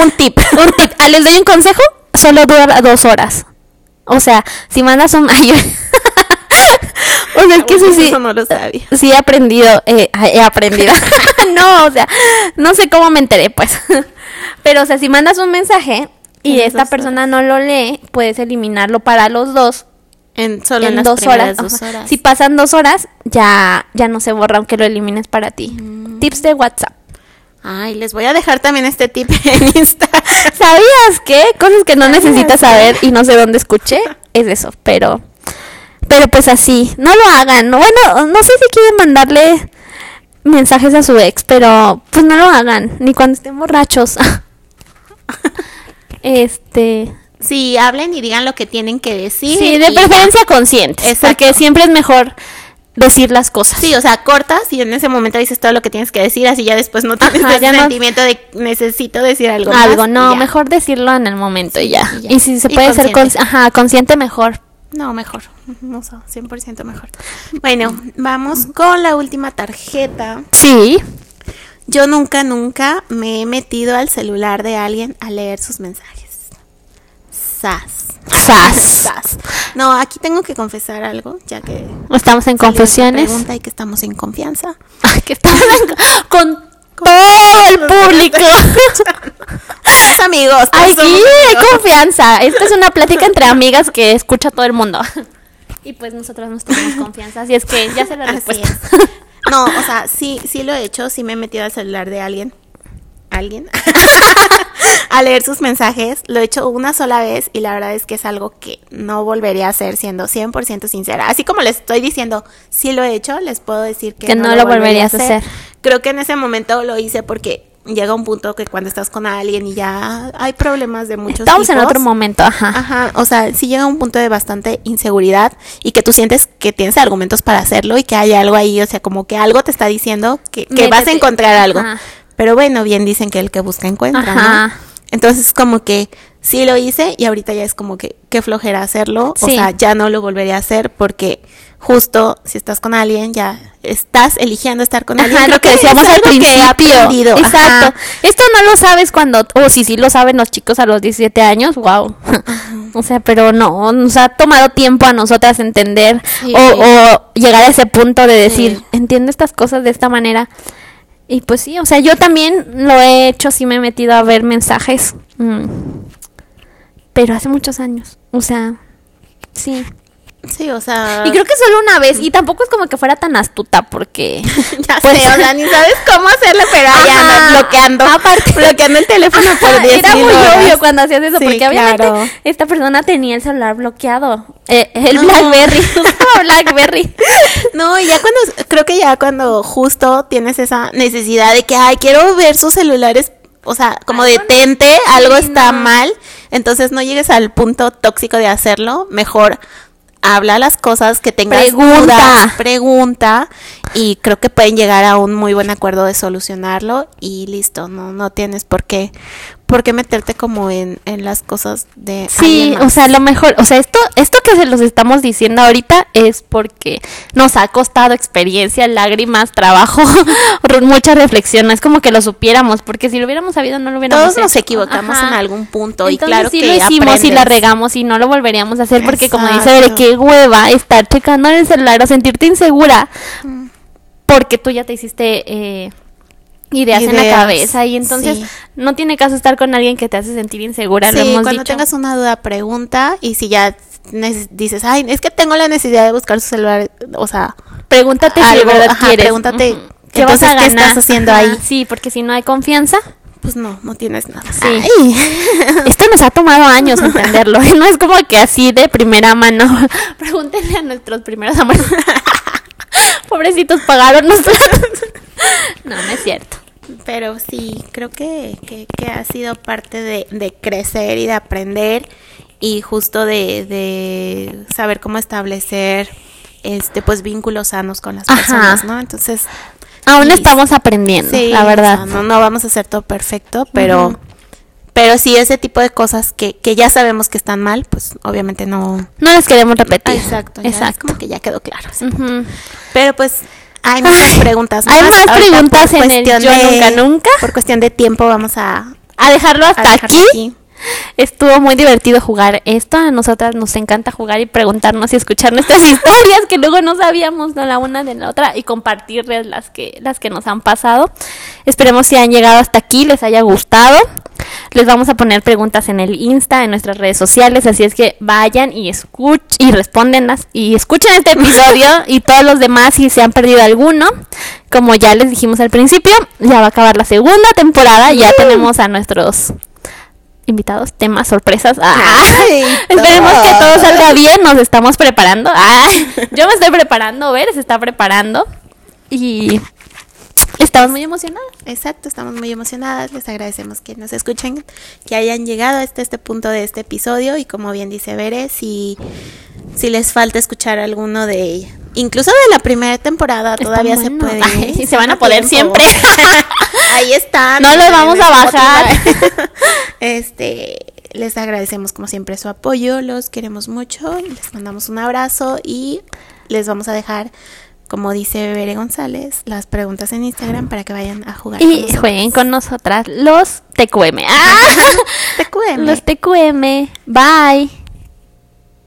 B: Un tip.
A: un tip, ah, les doy un consejo, solo dura dos horas. O sea, si mandas un... Ay, yo- o sea, es que eso sí...
B: Eso no lo sabía.
A: Sí he aprendido, eh, he aprendido. no, o sea, no sé cómo me enteré, pues. Pero, o sea, si mandas un mensaje y
B: Tienes
A: esta
B: dos
A: persona no lo lee, puedes eliminarlo para los dos
B: En, solo en,
A: en
B: las
A: dos horas.
B: primeras dos
A: Ajá.
B: horas.
A: Si pasan dos horas, ya, ya no se borra aunque lo elimines para ti.
B: Mm.
A: Tips de WhatsApp.
B: Ay, les voy a dejar también este tip en Instagram.
A: ¿Sabías qué? Cosas que no
B: ¿Sabías
A: necesitas
B: qué?
A: saber y no sé dónde escuché, es eso, pero pero pues así, no lo hagan. No, Bueno, no sé si quieren mandarle mensajes a su ex, pero pues no lo hagan, ni cuando estén borrachos. este,
B: Sí, hablen y digan lo que tienen que decir.
A: sí, de
B: y-
A: preferencia conscientes,
B: Exacto.
A: porque siempre es mejor decir las cosas.
B: Sí, o sea, cortas y en ese momento dices todo lo que tienes que decir, así ya después no tienes
A: Ajá,
B: ese
A: ya no-
B: sentimiento de necesito decir algo. más",
A: Algo,
B: y
A: no,
B: ya.
A: mejor decirlo en el momento y ya.
B: y ya.
A: Y si se
B: Y
A: puede ser
B: consciente.
A: consci- ajá, consciente mejor.
B: No, mejor. No, sé, 100% mejor. Bueno, vamos con la última tarjeta.
A: Sí.
B: Yo nunca, nunca me he metido al celular de alguien a leer sus mensajes. Sas.
A: Sas.
B: Sas. No, aquí tengo que confesar algo, ya que...
A: Estamos en
B: salió esta
A: confesiones.
B: Pregunta y que estamos en confianza.
A: Ay, que estamos en- con todo el público.
B: Somos amigos. todos
A: Aquí
B: somos
A: hay
B: amigos.
A: confianza. Esta es una plática entre amigas que escucha todo el mundo. Y pues nosotras nos tenemos confianza, así es que ya se la
B: Así
A: respuesta.
B: es. Ah, No, o sea, sí, sí lo he hecho, sí me he metido al celular de alguien. ¿Alguien? a leer sus mensajes. Lo he hecho una sola vez y la verdad es que es algo que no volvería a hacer siendo 100% sincera. Así como les estoy diciendo, sí lo he hecho, les puedo decir que,
A: Que no lo volverías a hacer.
B: Creo que en ese momento lo hice porque llega un punto que cuando estás con alguien y ya hay problemas de muchos
A: Estamos en
B: tipos.
A: otro momento, ajá.
B: Ajá, o sea, sí llega un punto de bastante inseguridad y que tú sientes que tienes argumentos para hacerlo y que hay algo ahí, o sea, como que algo te está diciendo que, que vas a
A: Métete.
B: encontrar algo.
A: Ajá.
B: Pero bueno, bien dicen que el que busca encuentra, ¿no?
A: Ajá.
B: Entonces, como que sí lo hice y ahorita ya es como que qué flojera hacerlo, o
A: Sí.
B: sea, ya no lo volvería a hacer porque justo si estás con alguien ya estás eligiendo estar con alguien.
A: Ajá,
B: Creo
A: lo que
B: es
A: decíamos al
B: algo que he
A: principio.
B: aprendido, ajá.
A: Exacto. Esto no lo sabes cuando, o si sí lo saben los chicos a los 17 años, wow. O sea, pero no, nos ha tomado tiempo a nosotras entender
B: Sí.
A: o, o llegar a ese punto de decir,
B: Sí.
A: entiendo estas cosas de esta manera. Y pues sí, o sea, yo también lo he hecho, sí me he metido a ver mensajes, mm, pero hace muchos años, o sea, sí.
B: Sí, o sea.
A: Y creo que solo una vez, y tampoco es como que fuera tan astuta, porque...
B: Ya
A: pues-
B: sé, o sea, ni sabes cómo hacerle, pero ahí
A: Ajá.
B: andas bloqueando.
A: Aparte-
B: bloqueando el teléfono por
A: Ajá,
B: 10
A: Era
B: mil
A: muy
B: horas.
A: obvio cuando hacías eso,
B: Sí,
A: porque obviamente
B: claro.
A: esta persona tenía el celular bloqueado. Eh, el
B: No.
A: Blackberry, usaba Blackberry.
B: No, y ya cuando, creo que ya cuando justo tienes esa necesidad de que, ay, quiero ver sus celulares, o sea, como
A: Algo no-
B: detente, algo
A: Sí,
B: está
A: no.
B: mal, entonces no llegues al punto tóxico de hacerlo, mejor habla las cosas que tengas
A: Pregunta.
B: dudas, pregunta y creo que pueden llegar a un muy buen acuerdo de solucionarlo y listo, no no tienes por qué por qué meterte como en, en las cosas de
A: Sí,
B: alguien
A: o
B: más.
A: sea, lo mejor, o sea, esto, esto que se los estamos diciendo ahorita es porque nos ha costado experiencia, lágrimas, trabajo, re- mucha reflexión. No es como que lo supiéramos, porque si lo hubiéramos sabido no lo hubiéramos.
B: todos nos
A: hecho.
B: equivocamos
A: Ajá.
B: en algún punto y
A: Entonces,
B: claro
A: sí
B: que
A: lo hicimos y la
B: aprendes.
A: regamos y no lo volveríamos a hacer porque como dice
B: Exacto.
A: de qué hueva estar checando
B: Mm.
A: en el celular o sentirte insegura porque tú ya te hiciste eh, ideas, en la
B: Ideas,
A: cabeza y entonces
B: sí.
A: no tiene caso estar con alguien que te hace sentir insegura, lo
B: Sí,
A: hemos dicho.
B: cuando tengas una duda, pregunta. Y si ya neces- dices, ay, es que tengo la necesidad de buscar su celular, o sea,
A: Pregúntate si de
B: algo,
A: verdad
B: ajá,
A: quieres.
B: pregúntate,
A: Ujú. ¿Qué vas
B: entonces,
A: a
B: ¿qué
A: ganar?
B: estás haciendo
A: Ajá,
B: ahí?
A: Sí, porque si no hay confianza,
B: pues no, no tienes nada.
A: Sí.
B: Ay.
A: esto nos ha tomado años entenderlo. ¿eh? No es como que así de primera mano. Pregúntenle a nuestros primeros amores. Pobrecitos pagaron nosotros. no, no es cierto.
B: Pero sí, creo que, que, que ha sido parte de, de crecer y de aprender y justo de, de saber cómo establecer este pues vínculos sanos con las
A: Ajá.
B: personas, ¿no? Entonces,
A: Aún
B: Sí.
A: estamos aprendiendo,
B: sí,
A: la
B: o
A: verdad.
B: sea, no, no vamos a hacer todo perfecto, pero
A: Ujú.
B: pero sí ese tipo de cosas que, que ya sabemos que están mal, pues obviamente no.
A: No las queremos
B: Ah,
A: repetir.
B: exacto, ya es
A: Exacto.
B: como que ya quedó claro. sí.
A: Ujú.
B: Pero pues hay
A: Ay,
B: más preguntas.
A: hay más
B: Ahorita
A: preguntas
B: por
A: en el
B: cuestión
A: Yo Nunca Nunca.
B: Por cuestión de tiempo vamos a,
A: A dejarlo hasta
B: a dejarlo
A: aquí.
B: aquí.
A: Estuvo muy divertido jugar esto. A nosotras nos encanta jugar y preguntarnos y escuchar nuestras historias que luego no sabíamos ¿no? la una de la otra y compartirles las que, las que nos han pasado. Esperemos si han llegado hasta aquí, les haya gustado. Les vamos a poner preguntas en el Insta, en nuestras redes sociales, así es que vayan y escuch y respóndenlas y escuchen este episodio y todos los demás si se han perdido alguno. Como ya les dijimos al principio, ya va a acabar la segunda temporada, ya tenemos a nuestros invitados, temas, sorpresas. Ah,
B: Ay,
A: esperemos
B: todo.
A: que todo salga bien, nos estamos preparando. Ah, yo me estoy preparando, ver, se está preparando. Y estamos muy emocionadas.
B: Exacto, estamos muy emocionadas, les agradecemos que nos escuchen, que hayan llegado hasta este punto de este episodio y como bien dice Bere, si, si les falta escuchar alguno de, incluso de la primera temporada,
A: Está
B: todavía se
A: bueno.
B: puede.
A: Ay,
B: ¿eh?
A: sí, se van
B: Está
A: a poder siempre.
B: Ahí están.
A: No los vamos
B: en
A: a bajar.
B: Spotify. este, les agradecemos como siempre su apoyo, los queremos mucho, les mandamos un abrazo y les vamos a dejar... Como dice Bere González, las preguntas en Instagram para que vayan a jugar. con
A: Y
B: nosotros.
A: jueguen con nosotras los TQM. Ah,
B: Te cuento.
A: los TQM. Bye.